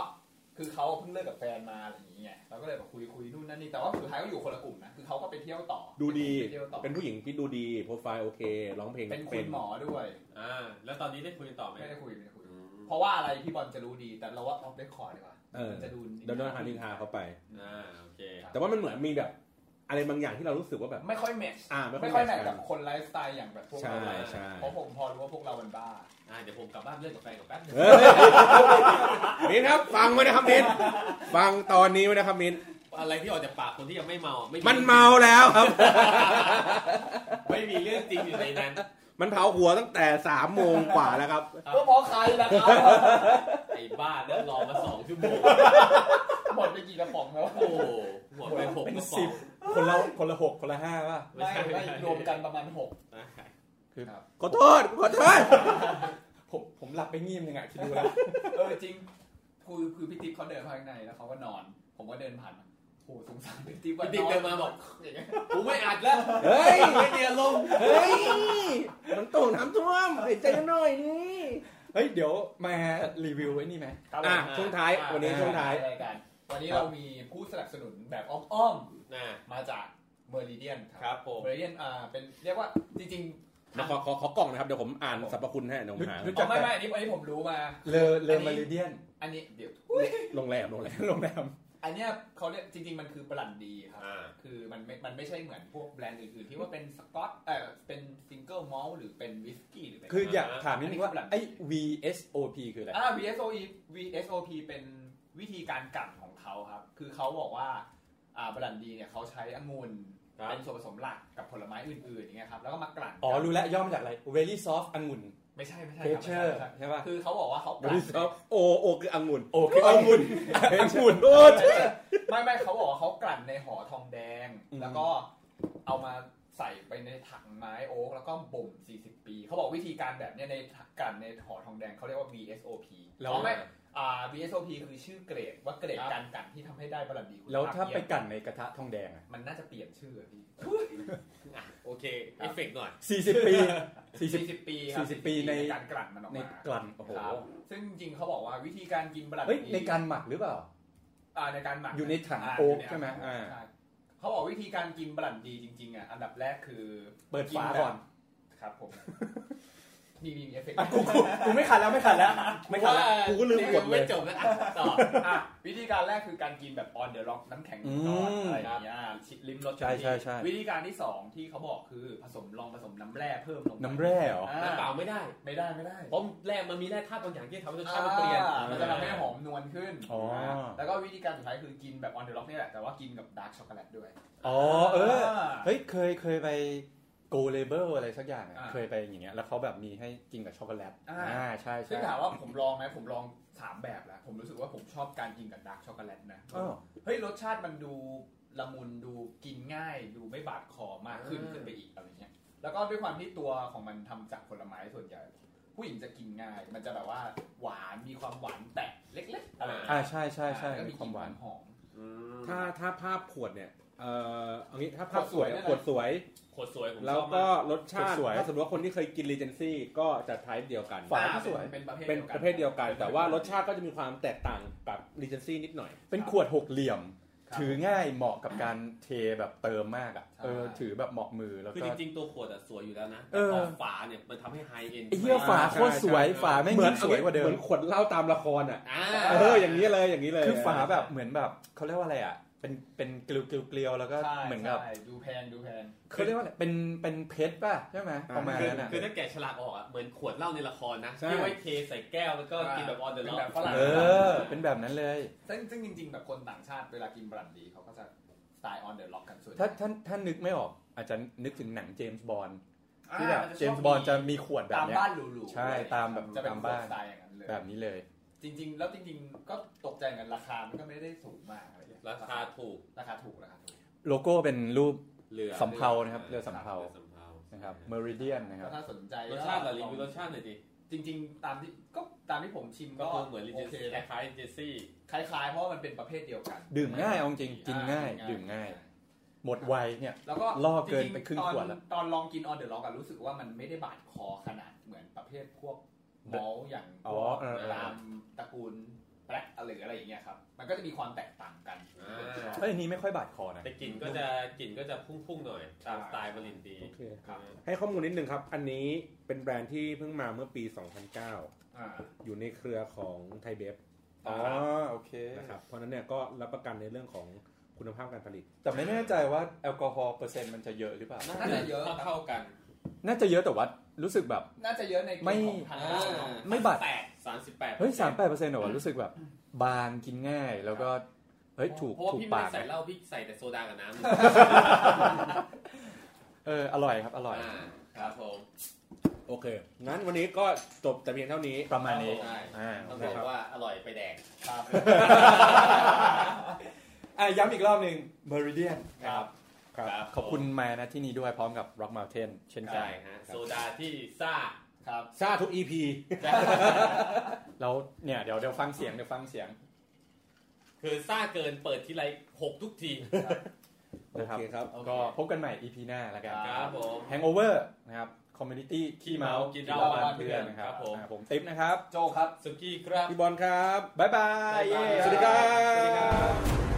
คือเขาเพิ่งเลิกกับแฟนมาอะไรอย่างนี้ไงเราก็เลยแบบคุยคุยนู่นนั่นนี่แต่ว่าสุดท้ายก็อยู่คนละกลุ่มนะคือเขาก็ไปเที่ยวต่อ ดูดี ไปเที่ยวต่อ เป็นผู้หญิงที่ดูดีโปรไฟล์โอเคร้องเพลง เป็นคุณหมอด้วย อ่า แล้วตอนนี้ได้คุยกันต่อไหม ไม่ได้คุยไม่ได้คุย อืม เพราะว่าอะไรพี่บอลจะรู้ดีแต่เราว่าออฟเรคคอร์ดดีกว่า เออ จะดู เดินหน้าหานินทาเขาไป อ่าโอเค แต่ว่ามันเหมือนมีแบบ อะไรบางอย่างที่เรารู้สึกว่าแบบ ไม่ค่อยแมทช์ อ่า ไม่ค่อยแม แม ท ท ช์ ช์ กั กับ น คนไลฟ์สไตล์อย่างแบบพวก ใช่ เราอะ ใช่ เพราะผมพอรู้ว่าพวกเรามันบ้า อ่าเดี๋ยวผมกลับบ้านเลิกกับแฟนกับแป๊บนึง เฮ้ยมินครับฟังไว้นะครับมินฟังตอนนี้ไว้นะครับมิน อะไรที่ออกจากปากคนที่ยังไม่เมาอ่ะ มันเมาแล้วครับ ไม่มีเรื่องจริงอยู่ในนั้น มันเผาหัวตั้งแต่สามโมงกว่าแล้วครับ ก็เพราะใครละครับ ไอ้บ้าแล้วรอมาสองชั่วโมง หมดไปกี่กระป๋องแล้ว โอ้โหหมดไปหก เป็น กระป๋อ สิ ง บคนละคนละหกคนละห้าป่ะ ไม่ไม่รวมกันประมาณหก อ่ะ ขอโทษ ขอโทษ ผมผมหลับไปงีบหนึงอ่ะคิดดูแล้ว เออจริง คือคือพี่ติ๊บเขาเดินเข้าข้างในแล้วเขาก็นอน ผมก็เดินผ่านมาโหสงสารพี่ติ๊บว่ะ พี่ติ๊บ อ เดินมาบอกอย่างเงี้ยกูไม่อัดแล้ว เฮ้ย ไม่เรียนลง เฮ้ย มันตกน้ำท่วมใจกันหน่อยนี่ เฮ้ย เดี๋ยวมารีวิวไอ้นี่ไหม ครับผม อ่ะช่วงท้าย วันนี้ช่วงท้าย รายการวันนี้ ครับ เรามีผู้สนับสนุนแบบอ้อม นะ ๆมาจากเมอริเดียน ครับผม เมอริเดียนอ่าเป็นเรียกว่าจริง มาขอขอขอกล่องนะครับ เดี๋ยวผมอ่านสรรพคุณให้เดี๋ยวผมหา รู้ ๆ จั อ๋อก ไม่ไม่อันนี้อันนี้ผมรู้มา เลอเลอ อันนี้ มาริเดียน อันนี้เดี๋ยว โรงแรมโรงแรม โรงแรม อันเนี้ยเขาเรียกจริง ๆ มันคือบรันดีครับ อ่า คือมันไม่ มันไม่ใช่เหมือนพวกแบรนด์อื่นๆที่ว่าเป็นสกอตเออเป็นซิงเกิลมอลหรือเป็นวิสกี้หรือเป็น คืออยาก อ่า ถามนิดนึงว่า ไอ้ VSOP คืออะไร อ่า VSOE VSOP เป็นวิธีการกลั่นของเขาครับ คือเขาบอกว่า อ่าบรันดีเนี่ยเขาใช้องุ่น ครับ เป็นส่วนผสมหลักกับผลไม้อื่นๆอย่างเงี้ยครับ แล้วก็มากลั่น อ๋อ รู้แล้วย่อมาจากอะไร very soft องุ่น ไม่ใช่ไม่ใช่ครับ texture ไม่ใช่ ใช่ป่ะ คือเขาบอกว่าเขาก บ ลั่ ริ น ษัทโอโอคือองุ่น โอเคองุ่นองุ่น โอ้ย ไม่ไม่เขาบอกว่าเขากลั่นในหอทองแดง อืม แล้วก็เอามาใส่ไปในถังไม้โอ๊กแล้วก็บ่ม 40 ปี เขาบอกวิธีการแบบเนี้ยในถังกลั่นในหอทองแดงเขาเรียกว่า VSOP แล้ว อ๋อไม่อ่า VSOP คือชื่อเกรดว่าเกรด ครับ การกลั่นที่ทำให้ได้บรันดีคุณ แล้ว ภพ ถ้าไป เยี่ยม กั่นในกระทะทองแดงอะ มันน่าจะเปลี่ยนชื่ออะพี่ โอเค เอฟเฟกต์หน่อย 40 ปี 40 40 ปีครับ 40ปีใน การกลั่นมันออก ใน มาค กลั่น โอ้โห รับซึ่งจริงๆเขาบอกว่าวิธีการกินบรัน เฮ้ย ดี ในการหมักหรือเปล่า อ่าในการหมัก อยู่ในถัง า โอ๊ค ยู่น ใช่ไหมอ่า ใช่เขาบอกวิธีการกินบรันดีจริงๆอ่ะอันดับแรกคือ เปิดฝาก่อน ครับ ผมมีมีมีเอฟเฟกต์ อ่ะกูกูกูไม่ขัดแล้วไม่ขัดแล้ว ไม่ขัดแล้ว กูก็ลืมกดเล ไม่ ย จบแล้วอ่ะต่อ อ่ะวิธีการแรกคือการกินแบบออนเดอะร็อกน้ำแข็งตอน อืม อะไรอย่างเงี้ยชิลิ้มรส ใช่ใช่ใช่ วิธีการที่สองที่เขาบอกคือผสมลองผสมน้ำแร่เพิ่มลงไป น้ำแร่เหรอ อ่า น้ำเปล่าไม่ได้ ไม่ได้ไม่ได้ เพราะแร่มันมีแร่ธาตุบางอย่างที่ทำให้รส อ่า ชาติมันเปลี่ยน มันจะทำให้หอมนวลขึ้น อ๋ออ่ าแล้วก็วิธีการสุดท้ายคือกินแบบออนเดอะร็อกนี่แหละแต่ว่ากินกับดาร์กช็อกโกแลตด้วย อ๋อ เออ เฮ้ย เคย เคยไปโกเลเบลอะไรสักอย่างอะ อ่า เคยไปอย่างเงี้ย แล้วเขาแบบมีให้กินกับช็อกโกแลต อ่า อ่า ใช่ ซึ่ ใช่ งถามว่าผมลองไหมผมลองสามแบบแล้ว ผมรู้สึกว่าผมชอบการกินกับดาร์กช็อกโกแลตนะ อ้าว เฮ้ย รสชาติมันดูละมุนดูกินง่าย ดูไม่บาดคอมากขึ้น อืม ขึ้นไปอีกอะไรเงี้ยแล้วก็ด้วยความที่ตัวของมันทำจากผลไม้ส่วนใหญ่ ผู้หญิงจะกินง่าย มันจะแบบว่าหวานมีความหวานแตะเล็กๆอะไร อ่า ใช่ใช่ใช่ แล้วก็ มี มี ควากม ลิ่ หวาน หอม อืม ถ้าถ้าภาพขวดเนี่ยเอ่อเอางี้ถ้าภาพสวย ขวดสวยเนี่ยนะ ขวดสวย ขวดสวยผมช แล้ว อบ ก็ มาก รสชาติ สวย ถ้าสมมติว่าคนที่เคยกินรีเจนซี่ก็จะไทป์เดียวกัน ฝา อ่ สวย เป็นประเภท เป็น ดียวกั ประเภทเดียวกัน แต่ว่ารสชาติก็จะมีความแตกต่างกับรีเจนซี่นิดหน่อย เป็นขวดหกเหลี่ยม ครับ ถือง่ายเหมาะกับการเทแบบเติมมากอ่ะ ใช่ เออ ถือแบบเหมาะมือแล้ว คือ ก็ จริงๆ ตัวขวดอะสวยอยู่แล้วนะ เออแต่พอฝาเนี่ยมันทำให้ไฮเอ็น ไอ้เหี้ยฝาโคตรสวย ใช่ใช่ ฝาไม่ง เหมื สวยกว่าเดิ เห ม มือนขวดเหล้าตามละครอ่ะ อ่า เอออย่างนี้เลยอย่างนี้เลย คือฝาแบบเหมือนแบบเขาเรียกว่าอะไรอ่ะ เป็นเป็นเกลียวเกลียวเกลียวแล้วก็ ใช่ เหมือนกับ ใช่ดูแพงดูแพง เขาเรียกว่าอะไรเป็นเป็นเพชรป่ะใช่ไหมประมาณ คือ นั้นอ่ะ คือถ้าแกะฉลากออกอะเหมือนขวดเหล้าในละครนะ ใช่ ที่ไว้เทใส่แก้วแล้วก็ อ่า กินแบบออนเดอะ เป็น ล็อก แบบฝรั่ง เออ เป็นแบบนั้นเลย ซึ่งซึ่งจริงๆ แบบคนต่างชาติเวลากินบรันดีเขาก็จะสไตล์ออนเดอะล็อกกันส่วนใหญ่ ถ้าท่านท่านนึกไม่ออกอาจจะนึกถึงหนังเจมส์บอนด์ อ่า ที่แบบ น เจม ช ส์บอนด์จะมีขวดแบบ ตาม เนี้ย บ้านหรูๆ ใช่ตามแบบ จะเป็น ตามบ้าน สไตล์อย่างนั้นเลย แบบนี้เลย จริง ๆ แล้วจริงๆ ก็ตกใจเหมือนกันราคา มันก็ไม่ได้สูงมากอะไรอย่างเงี้ย ราคาถูก ราคาถูกราคาถูก โลโก้เป็นรูป เรือ สำเภานะครับเรือสำเภา สำเภา นะครับเมริเดียนนะค ก็ รับ ถ้าสนใจ ร ก็ สชาติเหรอรีวิวรสชาติหน่อยดิ จริง ๆ ตามที่ก็ตามที่ผมชิม ก็ ก็ คือเหมือนลิเจ โอเค ซี่ นะ คล้ายๆลิเจซี่ คล้ายๆ เพราะว่ามันเป็นประเภทเดียวกัน ดื่มง่ายเอาจริง อ่ กินง่ายดื่มง่าย หมดไวเนี่ย แล้วก็ ล่อเกิน จงๆ ไปครึ่ง ตอ ขวดละ ตอนลองกินออนเดอะล็อกอะรู้สึกว่ามันไม่ได้บาดคอขนาดเหมือนประเภทพวกมอลอย่างพ อ๋อ วก เออ ตามตระกูลแบล็คหรืออะไรอย่างเงี้ยครับ มันก็จะมีความแตกต่างกัน อ่า เอ้ยอันนี้ไม่ค่อยบาดคอนะ แต่กลิ่นก็จะกลิ่นก็จะพุ่งๆหน่อยตามสไตล์บรินดี โอเค ครับ ให้ข้อมูลนิดนึงครับ อันนี้เป็นแบรนด์ที่เพิ่งมาเมื่อปี 2009 อ่า อยู่ในเครือของไทยเบฟ อ๋อ โอเค นะครับเพราะฉะนั้นเนี่ยก็รับประกันในเรื่องของคุณภาพการผลิต แต่ไม่แน่ใจว่าแอลกอฮอล์เปอร์เซ็นต์มันจะเยอะหรือเปล่า น่าจะเยอะ เท่าๆกัน น่าจะเยอะแต่ว่ารู้สึกแบบ น่าจะเยอะในกลุ่ ไม่ ของทางเราเนอะ ไม่บาด แปดสามสิบแปด เฮ้ยสามแปดเปอร์เซ็นต์หรอวะรู้สึกแบบ บานกินง่ายแล้วก็เฮ้ยถูก เพราะว่า ถูก พี่ไม่ ปากได้ใส่เหล้าพี่ใส่แต่โซดากับน้ำ เอออร่อยครับอร่อย อ่าครับผม โอเค งั้นวันนี้ก็จบแต่เพียงเท่านี้ ประมาณนี้ ใช่ อ่า ต้องบอกว่าอร่อยไปแดก ครับ อ่ะย้ำอีกรอบหนึ่งเมริเดียน ครับ ขอบคุณมานะที่นี่ด้วยพร้อมกับ Rock Mountain เช่นกั ใช่ น ฮะโซดาที่ซ่า ค ครับ ซาทุก EP แล้วเนี่ยเดี๋ยวเดี๋ยวฟังเสียงเดี๋ยวฟังเสียง คือซ่าเกินเปิดทีไรหกทุกที โอเคครับ ก็พบกันใหม่ EP หน้าแล้วกัน ครับผม Hangover นะครับ Community ขี้เมา ขี้เมากินเหล้าบ้านเพื่อน นะครับ ครับผม อ่าผมติ๊บนะครับ โจครับ สุกี้ครับ พี่บอลครับ บ๊ายบาย บ๊ายบาย เย้ สวัสดีครับ สวัสดีครับ